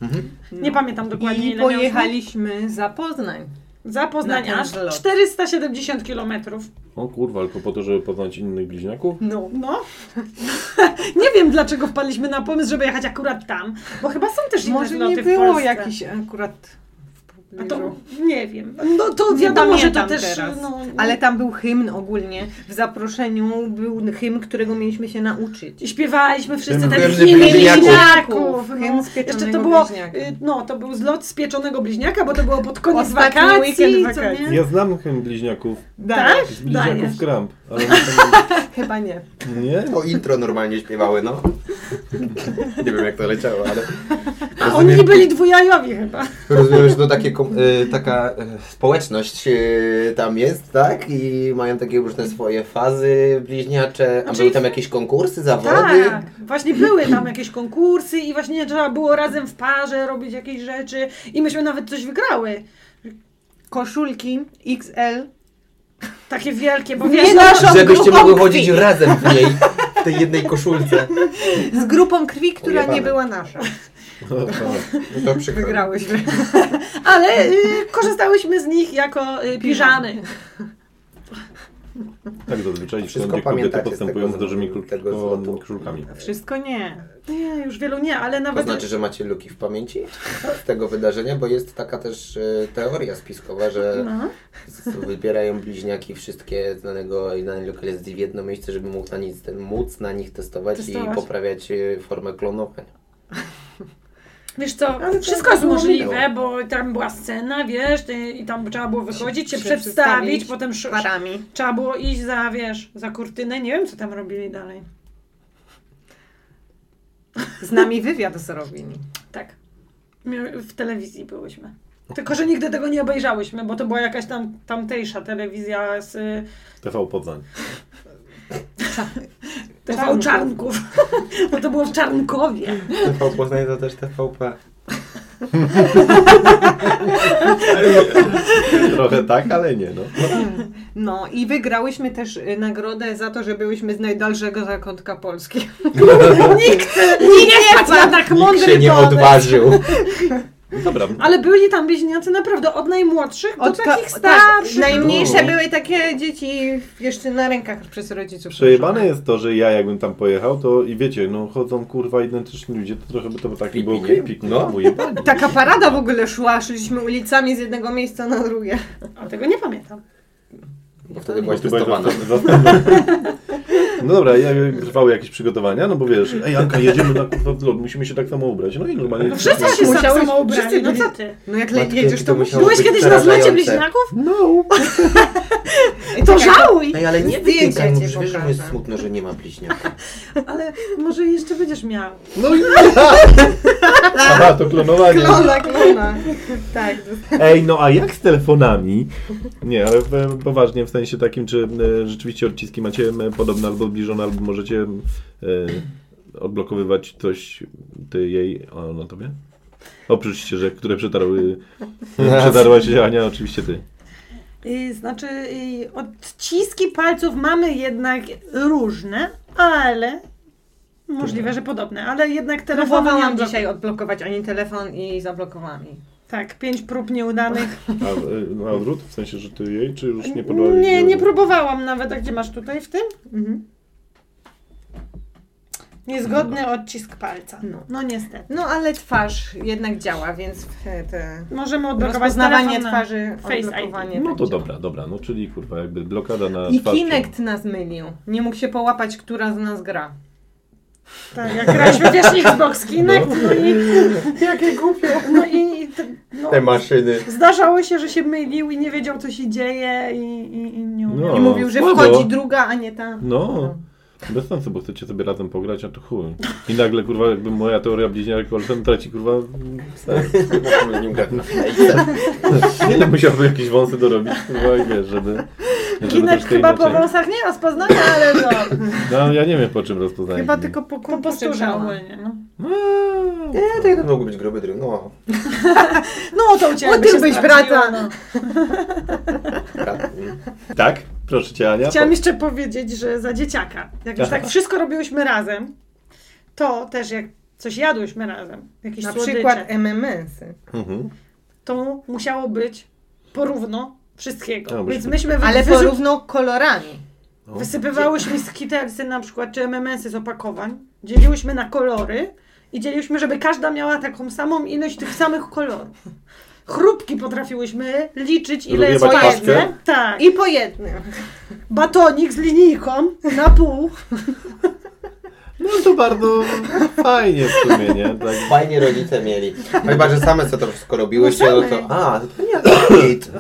[SPEAKER 2] Mhm.
[SPEAKER 3] razem.
[SPEAKER 4] Nie
[SPEAKER 3] No.
[SPEAKER 4] pamiętam dokładnie
[SPEAKER 3] I
[SPEAKER 4] ile
[SPEAKER 3] pojechaliśmy za Poznań.
[SPEAKER 4] miałyśmy. Za Poznań
[SPEAKER 3] na ten
[SPEAKER 4] aż
[SPEAKER 3] zlot.
[SPEAKER 4] 470 kilometrów.
[SPEAKER 1] O kurwa, tylko po to, żeby poznać innych bliźniaków?
[SPEAKER 4] No, no. (laughs) nie wiem dlaczego wpadliśmy na pomysł, żeby jechać akurat tam, bo chyba są też inne
[SPEAKER 3] Może
[SPEAKER 4] zloty
[SPEAKER 3] nie
[SPEAKER 4] w
[SPEAKER 3] było
[SPEAKER 4] Polsce.
[SPEAKER 3] jakichś akurat w
[SPEAKER 4] A
[SPEAKER 3] pobliżu.
[SPEAKER 4] to nie wiem. No to wiadomo, że to
[SPEAKER 3] pamiętam
[SPEAKER 4] też.
[SPEAKER 3] teraz.
[SPEAKER 4] No,
[SPEAKER 3] Ale tam był hymn ogólnie. W zaproszeniu był hymn, którego mieliśmy się nauczyć.
[SPEAKER 4] I śpiewaliśmy wszyscy
[SPEAKER 1] Hymn
[SPEAKER 4] ten
[SPEAKER 2] Pewny
[SPEAKER 4] hymn
[SPEAKER 2] Bliźniaków.
[SPEAKER 4] bliźniaków.
[SPEAKER 3] Hymn
[SPEAKER 4] No.
[SPEAKER 3] spieczonego
[SPEAKER 4] Jeszcze to było,
[SPEAKER 3] bliźniaka.
[SPEAKER 4] y, no to był zlot spieczonego bliźniaka, bo to było pod koniec
[SPEAKER 3] Ostatni
[SPEAKER 4] wakacji.
[SPEAKER 3] weekend
[SPEAKER 4] co
[SPEAKER 3] wakacji.
[SPEAKER 4] nie?
[SPEAKER 1] Ja znam hymn bliźniaków.
[SPEAKER 4] Tak?
[SPEAKER 1] Z
[SPEAKER 4] Dajesz.
[SPEAKER 1] bliźniaków kramp.
[SPEAKER 2] (laughs)
[SPEAKER 1] Ale nie pamiętam-
[SPEAKER 3] Tak? Chyba nie.
[SPEAKER 1] nie?
[SPEAKER 2] To No, intro normalnie śpiewały, no. Nie wiem jak to leciało, ale...
[SPEAKER 4] A oni byli dwujajowi chyba.
[SPEAKER 2] Rozumiem, że to takie, kom- y, taka y, społeczność y, tam jest, tak? I mają takie różne swoje fazy bliźniacze. A
[SPEAKER 4] Znaczy-
[SPEAKER 2] były tam jakieś konkursy, zawody?
[SPEAKER 4] Tak, właśnie były tam jakieś konkursy i właśnie trzeba było razem w parze robić jakieś rzeczy i myśmy nawet coś wygrały.
[SPEAKER 3] Koszulki XL.
[SPEAKER 4] Takie wielkie, bo
[SPEAKER 3] Nie
[SPEAKER 4] wiesz,
[SPEAKER 3] naszą
[SPEAKER 4] no,
[SPEAKER 2] Żebyście
[SPEAKER 3] Grupą
[SPEAKER 2] mogły
[SPEAKER 3] krwi.
[SPEAKER 2] chodzić razem w niej, w tej jednej koszulce.
[SPEAKER 3] Z grupą krwi, która nie
[SPEAKER 2] Ujebane.
[SPEAKER 3] była nasza.
[SPEAKER 2] No to przykro.
[SPEAKER 3] (laughs) Wygrałyśmy.
[SPEAKER 4] ale y, korzystałyśmy z nich jako y, piżamy.
[SPEAKER 1] Tak zazwyczaj
[SPEAKER 2] Wszystko
[SPEAKER 1] wszędzie kobiety
[SPEAKER 2] pamiętacie z
[SPEAKER 1] postępują z
[SPEAKER 2] tego
[SPEAKER 1] dużymi
[SPEAKER 2] zlotu, tego zlotu.
[SPEAKER 1] kruczko- kruczkami.
[SPEAKER 3] Wszystko nie.
[SPEAKER 4] Nie, już wielu nie, ale
[SPEAKER 2] To
[SPEAKER 4] nawet...
[SPEAKER 2] znaczy, że macie luki w pamięci z tego wydarzenia, bo jest taka też y, teoria spiskowa, że
[SPEAKER 4] No.
[SPEAKER 2] z- wybierają bliźniaki wszystkie znanego i danej lokalizacji w jedno miejsce, żeby móc na, nic, móc na nich testować, i
[SPEAKER 4] Testować.
[SPEAKER 2] poprawiać y, formę klonowania.
[SPEAKER 4] Wiesz co,
[SPEAKER 3] Ale to
[SPEAKER 4] wszystko jest
[SPEAKER 3] było
[SPEAKER 4] możliwe, bo tam była scena, wiesz, y, i tam trzeba było wychodzić, się
[SPEAKER 3] Się
[SPEAKER 4] przedstawić,
[SPEAKER 3] przedstawić
[SPEAKER 4] potem sz-
[SPEAKER 3] Parami.
[SPEAKER 4] trzeba było iść za, wiesz, za kurtynę, nie wiem co tam robili dalej.
[SPEAKER 3] Z nami wywiad zrobili.
[SPEAKER 4] Tak. Mia- W telewizji byłyśmy. Tylko, że nigdy tego nie obejrzałyśmy, bo to była jakaś tam tamtejsza telewizja z y,
[SPEAKER 1] TV Poznań.
[SPEAKER 4] TV
[SPEAKER 3] Czarnków. (laughs)
[SPEAKER 4] Czarnków. bo to było w Czarnkowie.
[SPEAKER 2] TV Poznań to też TVP.
[SPEAKER 1] Trochę tak, ale nie no.
[SPEAKER 3] No i wygrałyśmy też y, nagrodę za to, że byłyśmy z najdalszego zakątka Polski.
[SPEAKER 4] Nikt, nikt nie spadł na tak
[SPEAKER 2] Nikt
[SPEAKER 4] mądry
[SPEAKER 2] się nie (laughs)
[SPEAKER 4] pomysł.
[SPEAKER 2] odważył.
[SPEAKER 1] No Dobra.
[SPEAKER 4] Ale byli tam bliźniacy naprawdę od najmłodszych
[SPEAKER 3] tak
[SPEAKER 4] do takich
[SPEAKER 3] ta-
[SPEAKER 4] starszych.
[SPEAKER 3] Tak, najmniejsze
[SPEAKER 1] No.
[SPEAKER 3] były takie dzieci jeszcze na rękach przez rodziców.
[SPEAKER 1] Przejebane jest to, że ja jakbym tam pojechał, to i wiecie, no chodzą kurwa identyczni ludzie, to trochę by to taki był
[SPEAKER 2] Creepy, nie?
[SPEAKER 1] creepy,
[SPEAKER 2] No.
[SPEAKER 1] no. ujebani.
[SPEAKER 3] Taka parada w ogóle szła, szliśmy ulicami z jednego miejsca na drugie.
[SPEAKER 4] A tego nie pamiętam.
[SPEAKER 2] Bo wtedy
[SPEAKER 1] Bo
[SPEAKER 2] byłaś
[SPEAKER 1] ty byłeś
[SPEAKER 2] testowana.
[SPEAKER 1] zastęp- zastępna. No dobra, ja trwały jakieś przygotowania, no bo wiesz, ej Anka, jedziemy na kurwa w lot, musimy się tak samo ubrać. No i normalnie.
[SPEAKER 4] No wszyscy się tak
[SPEAKER 3] Musiałeś-
[SPEAKER 4] samo ubrali,
[SPEAKER 3] wszyscy
[SPEAKER 4] no
[SPEAKER 3] byli-
[SPEAKER 4] co ty?
[SPEAKER 3] No jak
[SPEAKER 2] Matki,
[SPEAKER 3] le- jedziesz,
[SPEAKER 2] to
[SPEAKER 3] to
[SPEAKER 2] musiało-
[SPEAKER 4] Byłeś
[SPEAKER 3] musisz...
[SPEAKER 2] być
[SPEAKER 4] kiedyś na zlocie
[SPEAKER 2] przerażające.
[SPEAKER 4] bliźniaków?
[SPEAKER 1] No.
[SPEAKER 4] To żałuj!
[SPEAKER 2] Ej, No ale nie
[SPEAKER 3] Zdjęcia
[SPEAKER 2] wytykaj mu,
[SPEAKER 3] cię
[SPEAKER 2] że wiesz, że mu
[SPEAKER 3] pokażę.
[SPEAKER 2] jest smutno, że nie ma bliźniaka.
[SPEAKER 4] Ale może jeszcze będziesz miał.
[SPEAKER 1] No i... (laughs) Aha, to klonowanie.
[SPEAKER 3] Klona, klona. Tak.
[SPEAKER 1] Ej, no a jak z telefonami? Nie, ale w, poważnie, w sensie takim, czy e, rzeczywiście odciski macie e, podobne albo zbliżone, albo możecie e, odblokowywać coś ty jej, o, no tobie? Oprócz ścieżek, które przetarły, przetarła się Ania, oczywiście ty.
[SPEAKER 4] Y, Znaczy, y, odciski palców mamy jednak różne, ale możliwe, że podobne, ale jednak telefon
[SPEAKER 3] Próbowałam dzisiaj odblokować ani telefon i zablokowałam jej.
[SPEAKER 4] Tak, pięć prób nieudanych.
[SPEAKER 1] A e, na odwrót? W sensie, że ty jej, czy już nie podoba jej
[SPEAKER 4] Nie, nie
[SPEAKER 1] odwrót?
[SPEAKER 4] próbowałam nawet, a gdzie masz tutaj w tym?
[SPEAKER 3] Mhm.
[SPEAKER 4] Niezgodny odcisk palca.
[SPEAKER 3] No.
[SPEAKER 4] No niestety.
[SPEAKER 3] No ale twarz jednak działa, więc te, te
[SPEAKER 4] Możemy odblokować
[SPEAKER 3] rozpoznawanie
[SPEAKER 4] telefon na-
[SPEAKER 3] twarzy,
[SPEAKER 4] Face ID.
[SPEAKER 3] odblokowanie.
[SPEAKER 1] No to
[SPEAKER 3] będzie.
[SPEAKER 1] dobra, dobra, no czyli kurwa, jakby blokada na
[SPEAKER 3] tak, I
[SPEAKER 1] twarzy.
[SPEAKER 3] Kinect nas mylił. Nie mógł się połapać, która z nas gra.
[SPEAKER 4] Tak, jak graliśmy wiesz Xbox Kinect, no, i,
[SPEAKER 2] Jakie głupie.
[SPEAKER 4] no i te- no,
[SPEAKER 2] Te maszyny.
[SPEAKER 4] zdarzało się, że się mylił i nie wiedział co się dzieje i, i, i nie umiał.
[SPEAKER 1] No.
[SPEAKER 3] I mówił, że
[SPEAKER 1] słabo.
[SPEAKER 3] wchodzi druga, a nie ta.
[SPEAKER 1] No. Bez sensu, bo chcecie sobie razem pograć, a to chuj. I nagle, kurwa, jakby moja teoria bliźniarek Olsen traci, kurwa, sens.
[SPEAKER 2] W ogóle Tak, nie gra.
[SPEAKER 1] Nie no, musiałby jakieś wąsy dorobić, kurwa, i wiesz, żeby... żeby
[SPEAKER 4] Kinect
[SPEAKER 1] troszkę
[SPEAKER 4] chyba po
[SPEAKER 1] inaczej.
[SPEAKER 4] wąsach Tak, nie rozpoznany, ale no,
[SPEAKER 1] No, ja nie wiem, po czym rozpoznać.
[SPEAKER 3] Chyba tylko po
[SPEAKER 4] po posturze
[SPEAKER 3] działa.
[SPEAKER 4] ogólnie. No,
[SPEAKER 1] No,
[SPEAKER 2] Nie, to jednak mógł być gruby drym. No,
[SPEAKER 4] no to u Ciebie
[SPEAKER 3] O,
[SPEAKER 4] by
[SPEAKER 3] ty
[SPEAKER 4] się
[SPEAKER 3] byś
[SPEAKER 4] sprawdziło,
[SPEAKER 3] brata.
[SPEAKER 4] no.
[SPEAKER 2] brat.
[SPEAKER 1] Tak? Proszę Cię, Ania.
[SPEAKER 4] Chciałam jeszcze powiedzieć, że za dzieciaka, jak już
[SPEAKER 1] Aha.
[SPEAKER 4] tak wszystko robiłyśmy razem, to też jak coś jadłyśmy razem, jakieś
[SPEAKER 3] (laughs) Na
[SPEAKER 4] słodycze,
[SPEAKER 3] przykład MMS-y.
[SPEAKER 1] Mhm.
[SPEAKER 4] to musiało być porówno wszystkiego.
[SPEAKER 1] No,
[SPEAKER 4] Więc
[SPEAKER 1] byśmy-
[SPEAKER 4] myśmy
[SPEAKER 3] Ale
[SPEAKER 4] Ale wyzu-
[SPEAKER 3] porówno kolorami.
[SPEAKER 2] No.
[SPEAKER 1] O.
[SPEAKER 4] wysypywałyśmy skitelsy na przykład, czy MMS-y z opakowań, dzieliłyśmy na kolory i dzieliłyśmy, żeby każda miała taką samą ilość tych samych kolorów. Chrupki potrafiłyśmy liczyć, ile jest
[SPEAKER 1] Rozrywać
[SPEAKER 4] ładne.
[SPEAKER 1] paczkę?
[SPEAKER 4] Tak. I
[SPEAKER 3] I po jednym.
[SPEAKER 4] batonik z linijką na pół.
[SPEAKER 1] No to bardzo fajnie w sumie, nie? Tak.
[SPEAKER 2] Fajnie rodzice mieli. No Chyba, że same sobie to wszystko robiłyście, no
[SPEAKER 4] No
[SPEAKER 2] to...
[SPEAKER 4] same.
[SPEAKER 2] A, to nie, to git.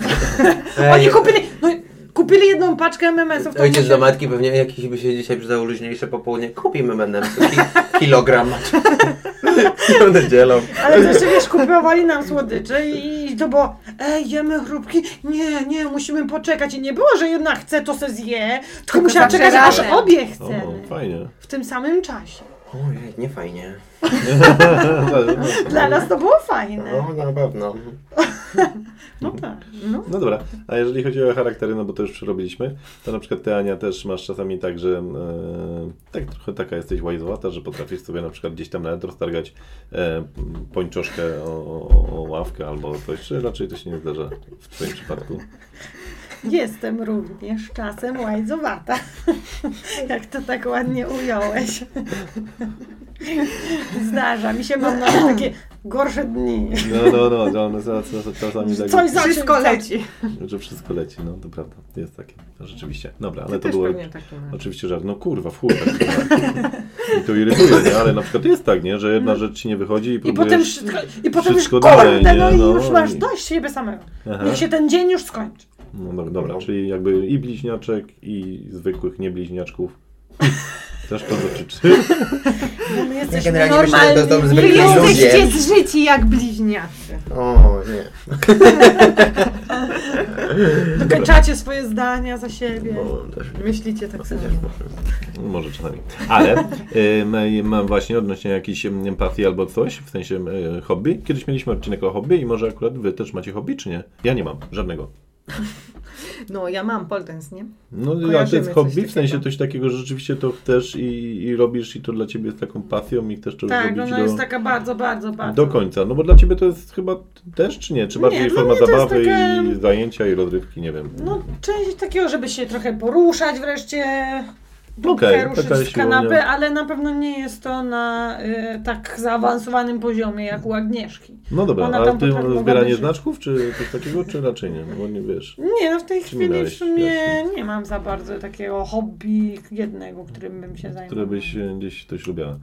[SPEAKER 4] Oni kupili, no, kupili jedną paczkę MMS-ów. to
[SPEAKER 2] Ojciec
[SPEAKER 4] mówię,
[SPEAKER 2] do matki pewnie jakiś by się dzisiaj przydało luźniejsze popołudnie. Kupimy (laughs) menem kilogram. I (laughs) Będę dzielą.
[SPEAKER 4] Ale to jeszcze wiesz, kupowali nam słodycze i to było, ej, jemy chrupki, nie, nie, musimy poczekać. I nie było, że jedna chce, to se zje, tylko, musiała
[SPEAKER 3] zawsze
[SPEAKER 4] czekać, aż
[SPEAKER 3] razem.
[SPEAKER 4] obie chce.
[SPEAKER 2] No,
[SPEAKER 1] O, fajnie. (laughs)
[SPEAKER 4] w tym samym czasie.
[SPEAKER 2] Ojej, nie fajnie.
[SPEAKER 1] no,
[SPEAKER 4] Dla nas to było fajne.
[SPEAKER 2] No, na pewno.
[SPEAKER 4] No tak.
[SPEAKER 1] No dobra, a jeżeli chodzi o charaktery, no bo to już przerobiliśmy, to na przykład ty Ania też masz czasami tak, że e, tak trochę taka jesteś łajzowata, że potrafisz sobie na przykład gdzieś tam nawet roztargać e, pończoszkę o, o, o ławkę albo coś, czy raczej to się nie zdarza w twoim przypadku?
[SPEAKER 4] Jestem również czasem łajzowata. (laughs) Jak to tak ładnie ująłeś. (laughs) Zdarza mi się, mam nawet takie gorsze dni.
[SPEAKER 1] No, no, no, no, no za- za- za- czasami tak,
[SPEAKER 4] Coś za
[SPEAKER 3] (laughs) Wszystko
[SPEAKER 4] czym-
[SPEAKER 3] leci.
[SPEAKER 1] że wszystko leci, no to prawda, jest takie, no, rzeczywiście. Dobra, ale
[SPEAKER 3] Ty
[SPEAKER 1] to
[SPEAKER 3] też
[SPEAKER 1] było...
[SPEAKER 3] pewnie taki masz.
[SPEAKER 1] Oczywiście żart, no kurwa, w chuj. tak, kurwa. I to irytuje, nie? ale na przykład jest tak, nie? że jedna rzecz ci nie wychodzi i
[SPEAKER 4] I
[SPEAKER 1] próbujesz...
[SPEAKER 4] potem, wszystko, i potem już
[SPEAKER 1] wszystko dalej,
[SPEAKER 4] kurde, no
[SPEAKER 1] nie?
[SPEAKER 4] i
[SPEAKER 1] No
[SPEAKER 4] już masz
[SPEAKER 1] i-
[SPEAKER 4] dość siebie samego.
[SPEAKER 1] Aha.
[SPEAKER 4] Niech się ten dzień już skończy.
[SPEAKER 1] No dobra, dobra
[SPEAKER 2] No.
[SPEAKER 1] czyli jakby i bliźniaczek, i zwykłych niebliźniaczków. Też to dotyczy.
[SPEAKER 4] Bo my
[SPEAKER 2] Ja
[SPEAKER 4] jesteśmy
[SPEAKER 2] generalnie myślę, że to są
[SPEAKER 3] Normalni. Wy
[SPEAKER 2] zwykli
[SPEAKER 3] jesteście
[SPEAKER 2] ludzie.
[SPEAKER 3] zżyci jak bliźniacy.
[SPEAKER 2] O, nie.
[SPEAKER 4] Dokończacie swoje zdania za siebie.
[SPEAKER 2] No, też nie.
[SPEAKER 3] Myślicie tak samo.
[SPEAKER 1] No, Może czasami. Ale y, mam właśnie odnośnie jakiejś em, empatii albo coś, w sensie y, hobby. Kiedyś mieliśmy odcinek o hobby i może akurat wy też macie hobby, czy nie? Ja nie mam żadnego.
[SPEAKER 3] No, ja mam poltens, nie?
[SPEAKER 1] No, ale to
[SPEAKER 3] Kojarzymy
[SPEAKER 1] jest
[SPEAKER 3] coś
[SPEAKER 1] hobby, w
[SPEAKER 3] takiego.
[SPEAKER 1] sensie coś takiego, że rzeczywiście to chcesz i, i robisz i to dla ciebie jest taką pasją i chcesz to
[SPEAKER 4] Tak,
[SPEAKER 1] zrobić
[SPEAKER 4] ona
[SPEAKER 1] do,
[SPEAKER 4] jest taka bardzo, bardzo, bardzo. No
[SPEAKER 1] do końca. No bo dla ciebie to jest chyba też, czy nie? Czy
[SPEAKER 4] Nie,
[SPEAKER 1] bardziej
[SPEAKER 4] dla
[SPEAKER 1] forma
[SPEAKER 4] mnie to jest
[SPEAKER 1] zabawy i
[SPEAKER 4] taka-
[SPEAKER 1] zajęcia i rozrywki, nie wiem.
[SPEAKER 4] No, część takiego, żeby się trochę poruszać wreszcie, dupkę
[SPEAKER 1] Okej,
[SPEAKER 4] ruszyć
[SPEAKER 1] taka
[SPEAKER 4] w
[SPEAKER 1] siłownia.
[SPEAKER 4] kanapę, ale na pewno nie jest to na y, tak zaawansowanym poziomie jak u Agnieszki.
[SPEAKER 1] No dobra,
[SPEAKER 4] Ona
[SPEAKER 1] a
[SPEAKER 4] tam
[SPEAKER 1] ty
[SPEAKER 4] potrafi-
[SPEAKER 1] zbieranie
[SPEAKER 4] mogłaby-
[SPEAKER 1] znaczków, czy coś takiego, czy raczej nie? No bo nie wiesz.
[SPEAKER 4] Nie, no w tej
[SPEAKER 1] Czym
[SPEAKER 4] chwili w
[SPEAKER 1] dałeś
[SPEAKER 4] sumie
[SPEAKER 1] jaśniej?
[SPEAKER 4] nie mam za bardzo takiego hobby jednego, którym bym się zajmował.
[SPEAKER 1] Które byś e, gdzieś coś lubiała.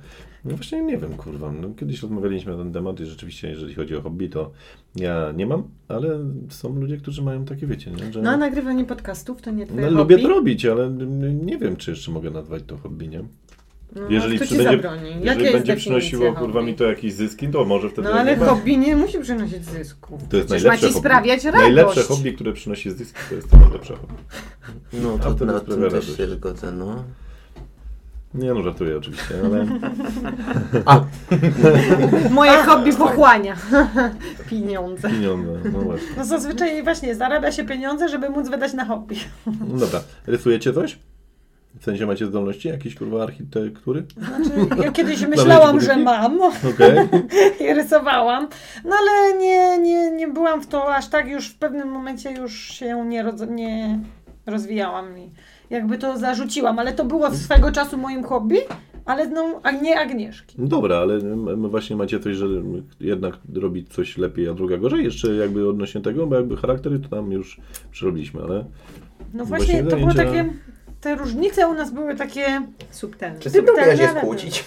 [SPEAKER 1] No właśnie nie wiem, kurwa. No, kiedyś rozmawialiśmy na ten temat i rzeczywiście, jeżeli chodzi o hobby, to ja nie mam, ale są ludzie, którzy mają takie, wiecie, nie? że...
[SPEAKER 3] No, a nagrywanie podcastów to nie twoje
[SPEAKER 1] No,
[SPEAKER 3] hobby?
[SPEAKER 1] lubię to robić, ale n- nie wiem, czy jeszcze mogę nazwać to hobby, nie?
[SPEAKER 3] No,
[SPEAKER 1] Jeżeli
[SPEAKER 3] a kto ci
[SPEAKER 1] przybędzie-
[SPEAKER 3] zabroni? Jakie
[SPEAKER 1] Jeżeli
[SPEAKER 3] jest
[SPEAKER 1] będzie
[SPEAKER 3] definicja
[SPEAKER 1] przynosiło, kurwa,
[SPEAKER 3] hobby?
[SPEAKER 1] mi to jakieś zyski, to może wtedy...
[SPEAKER 3] No ale
[SPEAKER 1] chyba-
[SPEAKER 3] hobby nie musi przynosić zysków.
[SPEAKER 1] To jest
[SPEAKER 3] Przecież
[SPEAKER 1] najlepsze
[SPEAKER 3] ma ci
[SPEAKER 1] hobby.
[SPEAKER 3] sprawiać radość.
[SPEAKER 1] Najlepsze hobby, które przynosi zyski, to jest to najlepsze hobby.
[SPEAKER 2] No,
[SPEAKER 1] A
[SPEAKER 2] to
[SPEAKER 1] to
[SPEAKER 2] na
[SPEAKER 1] jest
[SPEAKER 2] tym
[SPEAKER 1] prawie
[SPEAKER 2] też
[SPEAKER 1] radość.
[SPEAKER 2] się zgodzę, no.
[SPEAKER 1] Nie no, żartuję oczywiście, ale...
[SPEAKER 4] (laughs)
[SPEAKER 2] A,
[SPEAKER 3] Moje hobby pochłania (laughs) pieniądze.
[SPEAKER 1] Pieniądze, no właśnie.
[SPEAKER 4] No zazwyczaj właśnie zarabia się pieniądze, żeby móc wydać na hobby.
[SPEAKER 1] No dobra, rysujecie coś? W sensie macie zdolności jakieś kurwa architektury?
[SPEAKER 4] Znaczy,
[SPEAKER 1] (laughs)
[SPEAKER 4] ja kiedyś myślałam, że
[SPEAKER 1] budynki?
[SPEAKER 4] mam
[SPEAKER 1] Okej.
[SPEAKER 4] (laughs) i rysowałam, no ale nie, nie, nie byłam w to aż tak już w pewnym momencie już się nie, roz, nie rozwijałam i jakby to zarzuciłam, ale to było swego czasu moim hobby, ale no, a nie Agnieszki.
[SPEAKER 1] No Dobra, ale m- m- właśnie macie coś, że jednak robić coś lepiej, a druga gorzej. Jeszcze jakby odnośnie tego, bo jakby charaktery to tam już przerobiliśmy, ale Bo
[SPEAKER 4] No właśnie
[SPEAKER 1] się
[SPEAKER 4] to było
[SPEAKER 1] zajęcia-
[SPEAKER 4] takie te różnice u nas były takie
[SPEAKER 3] Subtelny.
[SPEAKER 2] Czy sobie próbujesz je
[SPEAKER 4] tak,
[SPEAKER 2] skłócić?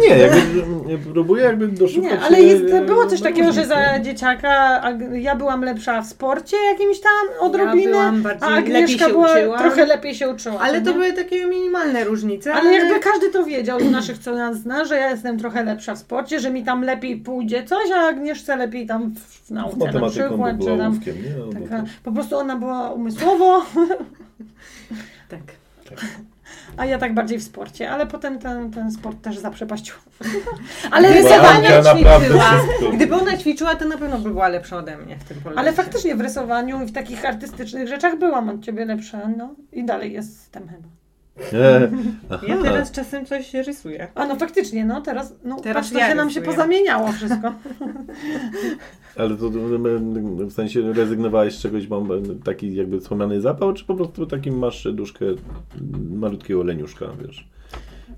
[SPEAKER 1] Nie, jakby, m, próbuję jakby doszukać
[SPEAKER 4] Nie, ale
[SPEAKER 1] się,
[SPEAKER 4] jest, było coś
[SPEAKER 1] e,
[SPEAKER 4] takiego, że
[SPEAKER 1] różnicy.
[SPEAKER 4] za dzieciaka Ag- ja byłam lepsza w sporcie jakimś tam odrobinę,
[SPEAKER 3] byłam bardziej-
[SPEAKER 4] a
[SPEAKER 3] lepiej
[SPEAKER 4] Agnieszka
[SPEAKER 3] się
[SPEAKER 4] była,
[SPEAKER 3] uczyłam.
[SPEAKER 4] trochę lepiej się uczyła.
[SPEAKER 3] Ale
[SPEAKER 4] co
[SPEAKER 3] to
[SPEAKER 4] nie?
[SPEAKER 3] były takie minimalne różnice.
[SPEAKER 4] Ale jakby każdy to wiedział z naszych, co nas zna, że ja jestem trochę lepsza w sporcie, że mi tam lepiej pójdzie coś, a Agnieszce lepiej tam w, w
[SPEAKER 1] Z
[SPEAKER 4] nauce na
[SPEAKER 1] matematyką
[SPEAKER 4] przykład,
[SPEAKER 1] by
[SPEAKER 4] czy
[SPEAKER 1] była
[SPEAKER 4] tam
[SPEAKER 1] łówkiem, nie? Albo
[SPEAKER 4] taka,
[SPEAKER 1] tak.
[SPEAKER 4] po prostu ona była umysłowo,
[SPEAKER 3] Tak.
[SPEAKER 4] a ja tak bardziej w sporcie, ale potem ten, ten sport też zaprzepaścił. (laughs) Ale
[SPEAKER 1] Była
[SPEAKER 4] rysowanie,
[SPEAKER 1] Anka naprawdę
[SPEAKER 3] ćwiczyła.
[SPEAKER 1] wszystko.
[SPEAKER 3] Gdyby ona ćwiczyła, to na pewno by była lepsza ode mnie w tym polu.
[SPEAKER 4] ale faktycznie w rysowaniu i w takich artystycznych rzeczach byłam od ciebie lepsza, no i dalej jestem chyba.
[SPEAKER 1] E, aha.
[SPEAKER 3] Ja teraz czasem coś rysuję.
[SPEAKER 4] A no faktycznie, no teraz, no
[SPEAKER 3] Teraz
[SPEAKER 4] teraz patrz,
[SPEAKER 3] ja
[SPEAKER 4] trochę nam się
[SPEAKER 3] rysuję.
[SPEAKER 4] pozamieniało wszystko.
[SPEAKER 1] Ale to m, w sensie rezygnowałeś z czegoś, mam m, taki jakby wspomniany zapał, czy po prostu takim masz duszkę m, malutkiego leniuszka, wiesz,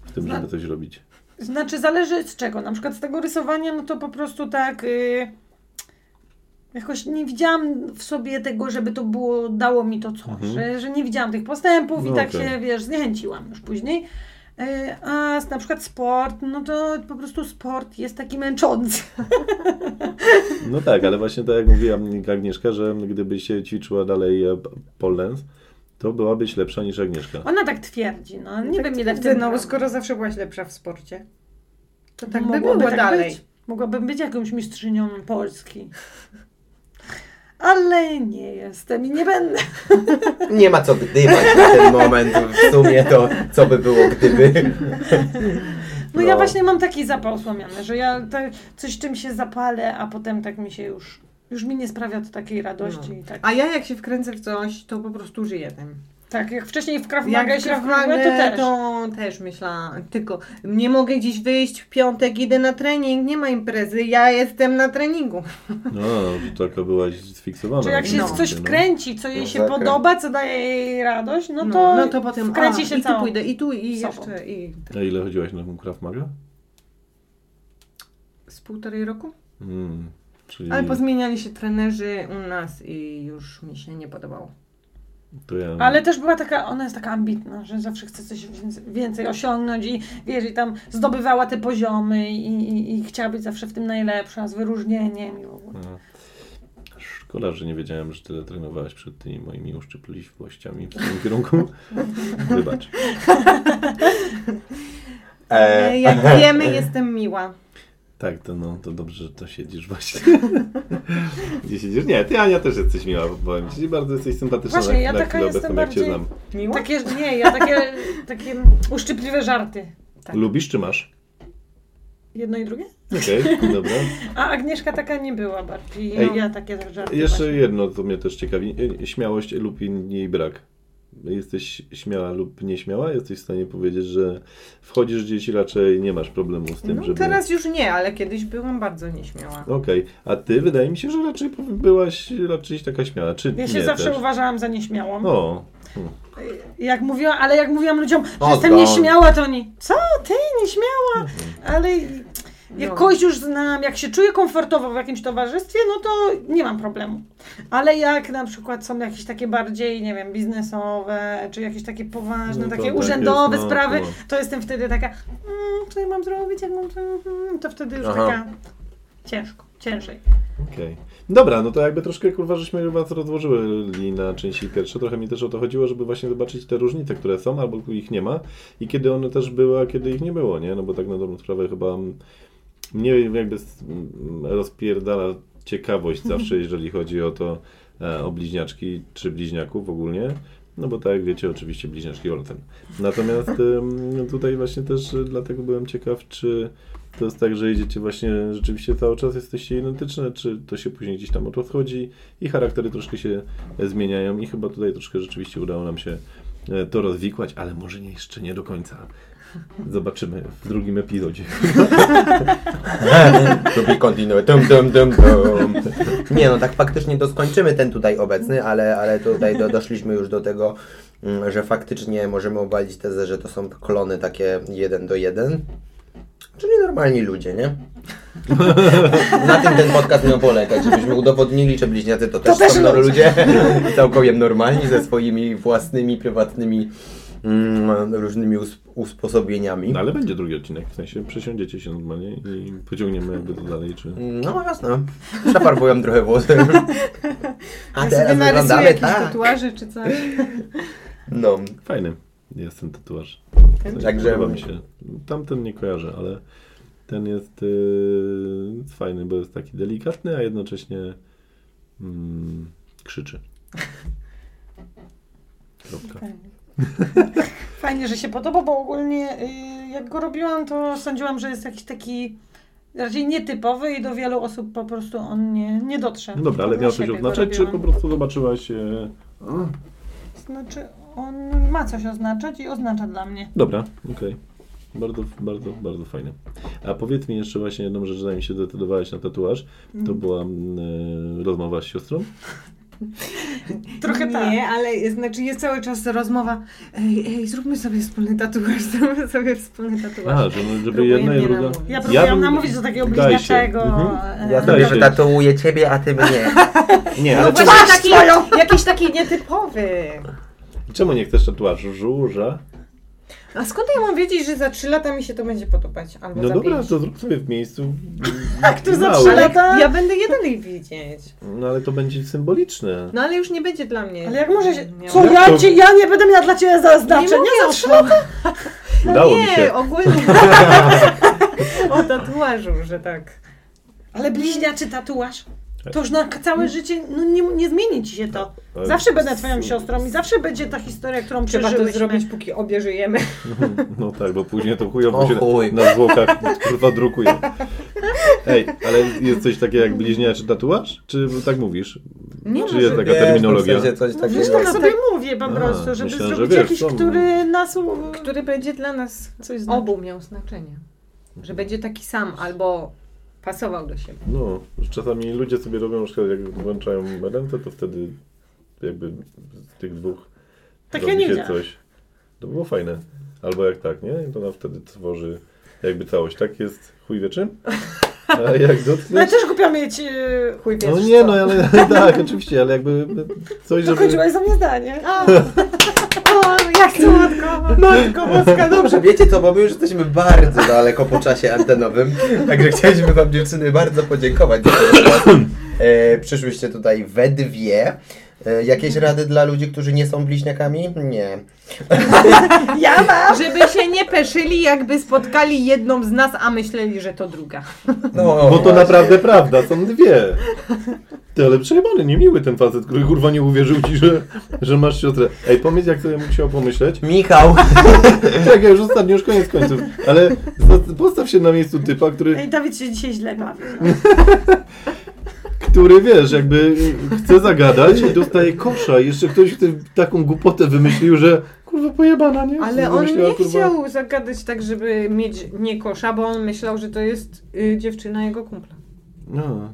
[SPEAKER 1] w tym, żeby coś robić?
[SPEAKER 4] Znaczy, zależy z czego. Na przykład z tego rysowania, no to po prostu tak. y, jakoś nie widziałam w sobie tego, żeby to było, dało mi to coś,
[SPEAKER 1] Mhm.
[SPEAKER 4] że, że nie widziałam tych postępów i
[SPEAKER 1] No
[SPEAKER 4] tak
[SPEAKER 1] okej.
[SPEAKER 4] się, wiesz, zniechęciłam już później. Y, A z- na przykład sport, no to po prostu sport jest taki męczący.
[SPEAKER 1] No tak, ale właśnie tak jak mówiła Agnieszka, że gdyby się ćwiczyła dalej e, pole dance, to byłabyś lepsza niż Agnieszka.
[SPEAKER 4] Ona tak twierdzi, no nie wiem ile w
[SPEAKER 3] Wtedy,
[SPEAKER 4] tym
[SPEAKER 3] no bo
[SPEAKER 4] prawdy.
[SPEAKER 3] skoro zawsze byłaś lepsza w sporcie, to tak by
[SPEAKER 4] No Mogłoby
[SPEAKER 3] było dalej.
[SPEAKER 4] Być. Mogłabym być jakąś mistrzynią Polski. Ale nie jestem i nie będę.
[SPEAKER 2] (laughs) Nie ma co gdybać na ten moment. W sumie to co by było gdyby.
[SPEAKER 4] No,
[SPEAKER 1] No.
[SPEAKER 4] ja właśnie mam taki zapał słomiany, że ja tak coś czym się zapalę, a potem tak mi się już, już mi nie sprawia to takiej radości. I tak,
[SPEAKER 3] A ja jak się wkręcę w coś, to po prostu żyję tym.
[SPEAKER 4] tak, jak wcześniej w Krav
[SPEAKER 3] Jak
[SPEAKER 4] Maga się
[SPEAKER 3] Krav
[SPEAKER 4] wkręciłem,
[SPEAKER 3] Magę,
[SPEAKER 4] to też.
[SPEAKER 3] to też myślałam, tylko nie mogę dziś wyjść w piątek, idę na trening, nie ma imprezy, ja jestem na treningu.
[SPEAKER 1] No, to taka byłaś sfiksowana.
[SPEAKER 4] Czy jak się
[SPEAKER 3] No.
[SPEAKER 4] w coś wkręci, co jej
[SPEAKER 2] No,
[SPEAKER 4] się
[SPEAKER 2] zakręt.
[SPEAKER 4] podoba, co daje jej radość, no to,
[SPEAKER 3] no to potem
[SPEAKER 4] wkręci
[SPEAKER 3] a,
[SPEAKER 4] się
[SPEAKER 3] i tu
[SPEAKER 4] całą.
[SPEAKER 3] pójdę, i tu, i
[SPEAKER 4] sobą.
[SPEAKER 3] jeszcze, i
[SPEAKER 1] A ile chodziłaś na Krav Maga?
[SPEAKER 2] Tak.
[SPEAKER 3] z półtorej roku.
[SPEAKER 1] Mm, czyli
[SPEAKER 3] Ale pozmieniali się trenerzy u nas i już mi się nie podobało.
[SPEAKER 1] to ja...
[SPEAKER 4] Ale też była taka, ona jest taka ambitna, że zawsze chce coś więcej, więcej osiągnąć i wiesz, i tam zdobywała te poziomy i, i, i chciała być zawsze w tym najlepsza, z wyróżnieniem i w ogóle.
[SPEAKER 1] No. Szkoda, że nie wiedziałem, że tyle trenowałaś przed tymi moimi uszczypliwościami w tym kierunku. Wybacz.
[SPEAKER 2] E.
[SPEAKER 3] Ale jak
[SPEAKER 2] (laughs)
[SPEAKER 3] wiemy, jestem miła.
[SPEAKER 1] Tak, to no, to dobrze, że to siedzisz właśnie. Gdzie siedzisz? Nie, ty Ania też jesteś miła, powiem ci. Bardzo jesteś sympatyczna
[SPEAKER 4] Właśnie,
[SPEAKER 1] na,
[SPEAKER 4] ja
[SPEAKER 1] na
[SPEAKER 4] taka
[SPEAKER 1] chwilę
[SPEAKER 4] jestem
[SPEAKER 1] obecną, jak cię znam.
[SPEAKER 4] bardziej-
[SPEAKER 3] Miła?
[SPEAKER 4] Takie, nie, ja takie,
[SPEAKER 3] (laughs)
[SPEAKER 4] takie uszczypliwe żarty. Tak.
[SPEAKER 1] Lubisz czy masz?
[SPEAKER 4] Jedno i drugie?
[SPEAKER 1] Okej,
[SPEAKER 4] (laughs)
[SPEAKER 1] dobra.
[SPEAKER 4] A Agnieszka taka nie była bardziej.
[SPEAKER 1] Ej,
[SPEAKER 4] ja takie żarty.
[SPEAKER 1] Jeszcze
[SPEAKER 4] właśnie.
[SPEAKER 1] jedno, co mnie też ciekawi. E, Śmiałość lub jej brak. Jesteś śmiała lub nieśmiała? Jesteś w stanie powiedzieć, że wchodzisz gdzieś i raczej nie masz problemu z tym,
[SPEAKER 3] No,
[SPEAKER 1] żeby...
[SPEAKER 3] teraz już nie, ale kiedyś byłam bardzo nieśmiała.
[SPEAKER 1] Okej, a ty wydaje mi się, że raczej powi- byłaś raczej taka śmiała, czy
[SPEAKER 4] Ja
[SPEAKER 1] nie
[SPEAKER 4] się zawsze
[SPEAKER 1] też? No.
[SPEAKER 4] uważałam za nieśmiałą.
[SPEAKER 1] O,
[SPEAKER 4] Jak mówiła, ale jak mówiłam ludziom, że
[SPEAKER 1] No
[SPEAKER 2] O,
[SPEAKER 4] jestem
[SPEAKER 2] tak.
[SPEAKER 4] nieśmiała, to oni, co ty, nieśmiała?
[SPEAKER 1] mhm,
[SPEAKER 4] Ale jak
[SPEAKER 3] No.
[SPEAKER 4] kogoś już znam, jak się czuję komfortowo w jakimś towarzystwie, no to nie mam problemu. Ale jak na przykład są jakieś takie bardziej, nie wiem, biznesowe, czy jakieś takie
[SPEAKER 1] No
[SPEAKER 4] poważne,
[SPEAKER 1] to
[SPEAKER 4] takie
[SPEAKER 1] tak
[SPEAKER 4] urzędowe
[SPEAKER 1] jest, no,
[SPEAKER 4] sprawy,
[SPEAKER 1] no.
[SPEAKER 4] to jestem wtedy taka, mm, co ja mam zrobić, jak mam to, mm, to wtedy już
[SPEAKER 2] Aha.
[SPEAKER 4] taka ciężko, ciężej.
[SPEAKER 1] okej. Dobra, no to jakby troszkę kurwa, żeśmy was rozłożyli na części pierwsze. Trochę mi też o to chodziło, żeby właśnie zobaczyć te różnice, które są, albo ich nie ma. I kiedy one też były, a kiedy ich nie było, nie? No bo tak na dobrą sprawę chyba mm, m, mnie jakby s- m, rozpierdala ciekawość zawsze, jeżeli chodzi o to, e, o bliźniaczki czy bliźniaków ogólnie. No bo tak jak wiecie, oczywiście bliźniaczki Olten. Natomiast em, tutaj właśnie też e, dlatego byłem ciekaw, czy to jest tak, że jedziecie właśnie rzeczywiście cały czas jesteście identyczne, czy to się później gdzieś tam rozchodzi i charaktery troszkę się e, zmieniają i chyba tutaj troszkę rzeczywiście udało nam się e, to rozwikłać, ale może nie, jeszcze nie do końca. Zobaczymy w drugim epizodzie.
[SPEAKER 2] (laughs) To be continue. Dum, dum, dum, dum. Nie no, tak faktycznie to skończymy ten tutaj obecny, ale, ale tutaj do, doszliśmy już do tego, mm, że faktycznie możemy obalić tezę, że to są klony takie jeden do jeden. Czyli normalni ludzie, nie? Na tym ten podcast miał polegać, żebyśmy udowodnili, że bliźniacy to też,
[SPEAKER 4] też
[SPEAKER 2] są
[SPEAKER 4] ludzie.
[SPEAKER 2] ludzie (laughs) całkiem normalni, ze swoimi własnymi, prywatnymi mm, różnymi usp- usposobieniami.
[SPEAKER 1] No ale będzie drugi odcinek, w sensie przesiądziecie się normalnie i pociągniemy jakby to dalej, czy...
[SPEAKER 2] No jasne, przefarbują trochę włosy.
[SPEAKER 3] (laughs)
[SPEAKER 2] A
[SPEAKER 3] Ja sobie
[SPEAKER 2] teraz
[SPEAKER 3] narysuję
[SPEAKER 2] wyglądamy
[SPEAKER 3] jakieś
[SPEAKER 2] tak.
[SPEAKER 3] tatuaże czy coś.
[SPEAKER 2] No,
[SPEAKER 1] Fajny jest ten tatuaż. W sensie
[SPEAKER 2] Także-
[SPEAKER 1] Podoba mi się. Tamten nie kojarzę, ale ten jest yy, fajny, bo jest taki delikatny, a jednocześnie mm, krzyczy. Kropka.
[SPEAKER 4] (laughs) Fajnie, że się podoba, bo ogólnie y, jak go robiłam, to sądziłam, że jest jakiś taki raczej nietypowy i do wielu osób po prostu on nie, nie dotrze.
[SPEAKER 1] No dobra, ale
[SPEAKER 4] Na
[SPEAKER 1] miał coś
[SPEAKER 4] siebie go
[SPEAKER 1] oznaczać, czy
[SPEAKER 4] tak robiłam.
[SPEAKER 1] po prostu zobaczyłaś... E... a,
[SPEAKER 4] Znaczy, on ma coś oznaczać i oznacza dla mnie.
[SPEAKER 1] Dobra, okej. Bardzo, bardzo, bardzo fajne. A powiedz mi jeszcze właśnie jedną rzecz, zanim się zdecydowałeś na tatuaż. To była mm, rozmowa z siostrą?
[SPEAKER 4] Trochę tak.
[SPEAKER 3] Nie, ale znaczy jest cały czas rozmowa. Ej, ej, zróbmy sobie wspólny tatuaż, (laughs) zróbmy sobie wspólny tatuaż.
[SPEAKER 1] Aha, żeby, żeby
[SPEAKER 3] Próbuję
[SPEAKER 1] jedna i
[SPEAKER 3] mnie
[SPEAKER 1] druga...
[SPEAKER 3] namówić.
[SPEAKER 4] Ja próbowałam
[SPEAKER 1] bym-
[SPEAKER 4] namówić do takiego
[SPEAKER 1] Daj się.
[SPEAKER 4] bliźniaczego.
[SPEAKER 1] Mhm.
[SPEAKER 4] e,
[SPEAKER 2] ja
[SPEAKER 1] Daj
[SPEAKER 2] sobie
[SPEAKER 1] się.
[SPEAKER 2] wytatuuję ciebie, a ty mnie.
[SPEAKER 1] Nie,
[SPEAKER 3] No
[SPEAKER 1] ale
[SPEAKER 3] właśnie taki, (laughs) jakiś taki nietypowy.
[SPEAKER 1] czemu, czemu nie chcesz tatuażu? Żółża?
[SPEAKER 3] A skąd ja mam wiedzieć, że za trzy lata mi się to będzie podobać? Albo
[SPEAKER 1] No
[SPEAKER 3] za
[SPEAKER 1] dobra,
[SPEAKER 3] pięć?
[SPEAKER 1] to zrób sobie w
[SPEAKER 4] (laughs)
[SPEAKER 1] miejscu
[SPEAKER 4] Który za
[SPEAKER 1] mały.
[SPEAKER 4] trzy
[SPEAKER 3] Ale
[SPEAKER 4] lata-
[SPEAKER 3] ja będę jedynej widzieć.
[SPEAKER 1] No ale to będzie symboliczne.
[SPEAKER 3] No ale już nie będzie dla mnie.
[SPEAKER 4] Ale jak może się...
[SPEAKER 3] Nie
[SPEAKER 4] Co,
[SPEAKER 1] Jak
[SPEAKER 4] ja,
[SPEAKER 1] to-
[SPEAKER 4] cię, ja nie będę miała dla ciebie
[SPEAKER 3] Nie
[SPEAKER 4] zaznaczenia?
[SPEAKER 3] mówię o No
[SPEAKER 1] Udało
[SPEAKER 3] nie,
[SPEAKER 1] mi się. (laughs)
[SPEAKER 3] ogólnie. (laughs) o tatuażu, że tak.
[SPEAKER 4] Ale bliźniaczy tatuaż?
[SPEAKER 1] Tak.
[SPEAKER 4] To już na
[SPEAKER 3] Mm.
[SPEAKER 4] całe życie, no nie, nie zmieni ci się to.
[SPEAKER 1] Ale-
[SPEAKER 4] No, Zawsze będę twoją siostrą i zawsze będzie ta historia, którą
[SPEAKER 3] Trzeba to
[SPEAKER 4] przeżyłyśmy.
[SPEAKER 3] zrobić, póki obie żyjemy.
[SPEAKER 1] No tak, bo później to chujowo
[SPEAKER 2] O
[SPEAKER 1] się
[SPEAKER 2] chuj.
[SPEAKER 1] na, na zwłokach kurwa drukuje. Ej, ale jest coś takiego jak bliźniaczy tatuaż? Czy tak mówisz?
[SPEAKER 3] Nie
[SPEAKER 1] Czy
[SPEAKER 3] ma,
[SPEAKER 1] jest
[SPEAKER 3] że-
[SPEAKER 1] taka terminologia?
[SPEAKER 2] W sensie coś
[SPEAKER 4] No, wiesz,
[SPEAKER 2] takiego.
[SPEAKER 4] tak
[SPEAKER 3] No
[SPEAKER 4] sobie mówię po
[SPEAKER 1] A,
[SPEAKER 4] prostu, żeby
[SPEAKER 1] myślałem, że
[SPEAKER 4] zrobić
[SPEAKER 1] wiesz,
[SPEAKER 4] jakiś,
[SPEAKER 1] co, no.
[SPEAKER 4] który nas... u-
[SPEAKER 3] Który będzie dla nas
[SPEAKER 4] Coś znaczy.
[SPEAKER 3] obu miał znaczenie.
[SPEAKER 1] Mhm.
[SPEAKER 3] Że będzie taki sam albo pasował do siebie.
[SPEAKER 1] No, że czasami ludzie sobie robią, na przykład jak włączają ręce, to wtedy jakby z tych dwóch
[SPEAKER 4] Tak
[SPEAKER 1] robi
[SPEAKER 4] ja nie
[SPEAKER 1] się
[SPEAKER 4] wiedziałam.
[SPEAKER 1] coś. To było fajne. Albo jak tak, nie? To nam wtedy tworzy jakby całość. Tak jest chuj wie czym? A jak
[SPEAKER 4] No ja
[SPEAKER 1] dotknąć?
[SPEAKER 4] też kupiłam mieć... Yy...
[SPEAKER 3] y, Chuj wiesz
[SPEAKER 1] No nie,
[SPEAKER 3] co.
[SPEAKER 1] no ale (laughs) tak, oczywiście, ale jakby coś, żeby...
[SPEAKER 4] Dokończyłaś za mnie zdanie.
[SPEAKER 3] O, o, jak słodko.
[SPEAKER 4] Matko boska,
[SPEAKER 2] Dobrze,
[SPEAKER 4] dobrze.
[SPEAKER 2] wiecie co, bo my już jesteśmy bardzo daleko po czasie antenowym, także chcieliśmy Wam dziewczyny bardzo podziękować. za ten czas. E, przyszłyście tutaj we dwie. E, jakieś rady dla ludzi, którzy nie są bliźniakami? Nie.
[SPEAKER 4] Ja mam!
[SPEAKER 3] Żeby się nie peszyli, jakby spotkali jedną z nas, a myśleli, że to druga.
[SPEAKER 2] No,
[SPEAKER 1] Bo to
[SPEAKER 2] właśnie.
[SPEAKER 1] naprawdę prawda, są dwie. Ty, ale przejebany, niemiły ten facet, który kurwa nie uwierzył ci, że, że masz siostrę. Ej, powiedz, jak sobie musiał pomyśleć.
[SPEAKER 2] Michał,
[SPEAKER 1] Czekaj, już ostatni, już koniec końców. Ale za- postaw się na miejscu typa, który,
[SPEAKER 4] Ej, Dawid się dzisiaj źle bawi.
[SPEAKER 1] który wiesz, jakby chce zagadać i dostaje kosza. I jeszcze ktoś ty, taką głupotę wymyślił, że kurwa pojebana, nie?
[SPEAKER 3] Ale on
[SPEAKER 1] Wymyśliła,
[SPEAKER 3] nie
[SPEAKER 1] kurwa,
[SPEAKER 3] chciał zagadać tak, żeby mieć nie kosza, bo on myślał, że to jest y, dziewczyna jego kumpla.
[SPEAKER 1] No,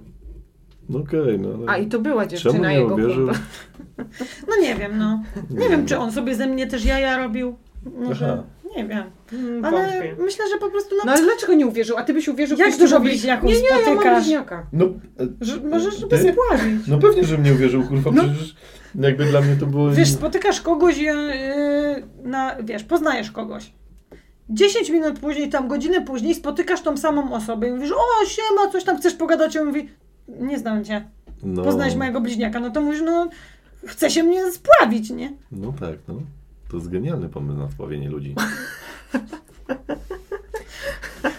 [SPEAKER 1] no okej, no ale...
[SPEAKER 3] A i to była
[SPEAKER 1] Czemu
[SPEAKER 3] dziewczyna
[SPEAKER 1] nie
[SPEAKER 3] jego
[SPEAKER 1] uwierzył?
[SPEAKER 3] kumpla.
[SPEAKER 4] No nie wiem, no. Nie wiem, czy on sobie ze mnie też jaja robił.
[SPEAKER 1] Aha.
[SPEAKER 4] Może. Nie wiem.
[SPEAKER 3] Mm,
[SPEAKER 4] Ale
[SPEAKER 3] wątpię.
[SPEAKER 4] myślę, że po prostu
[SPEAKER 3] No
[SPEAKER 4] no.
[SPEAKER 3] ale dlaczego nie uwierzył? A ty byś uwierzył,
[SPEAKER 4] Jak
[SPEAKER 3] ktoś ci
[SPEAKER 4] dużo
[SPEAKER 3] mówi,
[SPEAKER 4] bliźniaków
[SPEAKER 3] Nie, nie, ja mam
[SPEAKER 4] spotykasz?
[SPEAKER 3] bliźniaka.
[SPEAKER 1] No,
[SPEAKER 4] Że, możesz
[SPEAKER 1] Ty?
[SPEAKER 4] bez pławić.
[SPEAKER 1] no pewnie, że mnie uwierzył, kurwa,
[SPEAKER 4] No.
[SPEAKER 1] przecież jakby dla mnie to było...
[SPEAKER 4] Wiesz, spotykasz kogoś, yy, na, wiesz, poznajesz kogoś. 10 minut później, tam godzinę później spotykasz tą samą osobę i mówisz, o siema, coś tam chcesz pogadać, a on mówi, nie znam cię,
[SPEAKER 1] No.
[SPEAKER 4] poznałeś mojego bliźniaka, no to mówisz, no chce się mnie spławić, nie?
[SPEAKER 1] No tak, no. To jest genialny pomysł na spławienie
[SPEAKER 3] (laughs)
[SPEAKER 1] ludzi.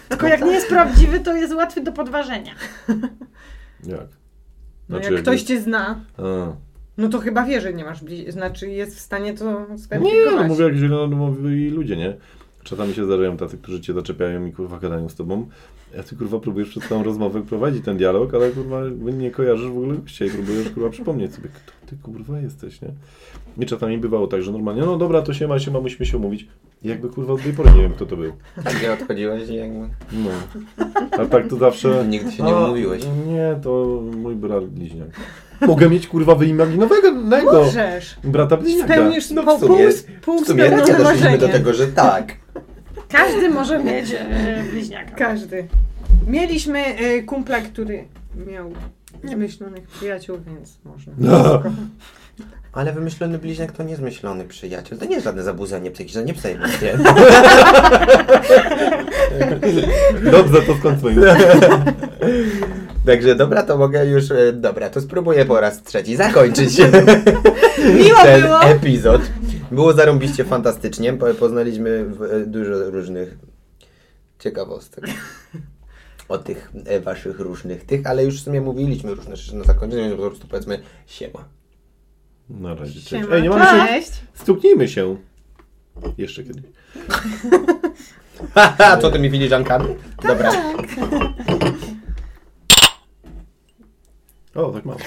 [SPEAKER 4] Tylko jak nie jest prawdziwy, to jest łatwy do podważenia.
[SPEAKER 1] Jak?
[SPEAKER 3] No
[SPEAKER 1] Znaczy,
[SPEAKER 3] jak ktoś
[SPEAKER 1] jakby-
[SPEAKER 3] cię zna,
[SPEAKER 1] A.
[SPEAKER 3] no to chyba wie, że nie masz bliźniaków. Znaczy jest w stanie to
[SPEAKER 1] Nie, no
[SPEAKER 3] zweryfikować.
[SPEAKER 1] mówię jak zielonomowi ludzie, nie? Czasami się zdarzają tacy, którzy cię zaczepiają i kurwa gadają z tobą. A ty kurwa próbujesz przez całą rozmowę prowadzić ten dialog, ale kurwa nie kojarzysz w ogóle gościa i próbujesz kurwa przypomnieć sobie, kto ty kurwa jesteś, nie? I czasami bywało tak, że normalnie, no dobra, to się ma, się ma, musimy się umówić. I jakby kurwa od tej pory nie wiem, kto to był.
[SPEAKER 2] tak nie odchodziłeś i jakby
[SPEAKER 1] No. A tak to zawsze...
[SPEAKER 2] nigdy się nie
[SPEAKER 1] A,
[SPEAKER 2] umówiłeś.
[SPEAKER 1] Nie, to mój brat bliźniak. Mogę mieć kurwa wyimaginowego nego
[SPEAKER 3] Możesz.
[SPEAKER 1] brata bliźniaka.
[SPEAKER 3] Spełnisz
[SPEAKER 2] No w
[SPEAKER 3] pół,
[SPEAKER 2] sumie-
[SPEAKER 3] pół, pół
[SPEAKER 2] W sumie racja
[SPEAKER 3] spełnione
[SPEAKER 2] doszliśmy do
[SPEAKER 3] marzenie.
[SPEAKER 2] tego, że tak.
[SPEAKER 4] Każdy może mieć e, bliźniaka.
[SPEAKER 3] Każdy. Mieliśmy y, kumpla, który miał wymyślonych przyjaciół, więc można.
[SPEAKER 1] No.
[SPEAKER 2] (laughs) Ale wymyślony bliźniak to nie zmyślony przyjaciel. To nie jest żadne zaburzenie psychiczne, nie przejmuj
[SPEAKER 1] Dobrze, to
[SPEAKER 3] (laughs)
[SPEAKER 1] skończmy.
[SPEAKER 2] (laughs) Także dobra, to mogę już. e, Dobra, to spróbuję po raz trzeci (laughs) zakończyć
[SPEAKER 4] Miło
[SPEAKER 2] ten
[SPEAKER 4] było.
[SPEAKER 2] epizod. Było zarąbiście fantastycznie. Po- Poznaliśmy w- e, dużo różnych (laughs) ciekawostek. O tych e, waszych różnych tych, ale już w sumie mówiliśmy różne rzeczy na zakończenie, więc po prostu powiedzmy siema.
[SPEAKER 1] Na razie. Cześć.
[SPEAKER 3] Siema.
[SPEAKER 1] Ej, nie mamy się.
[SPEAKER 4] Cześć!
[SPEAKER 1] Stuknijmy się. Jeszcze kiedyś.
[SPEAKER 2] Haha, (laughs) co tymi filiżankami? Dobra.
[SPEAKER 1] O, tak mało.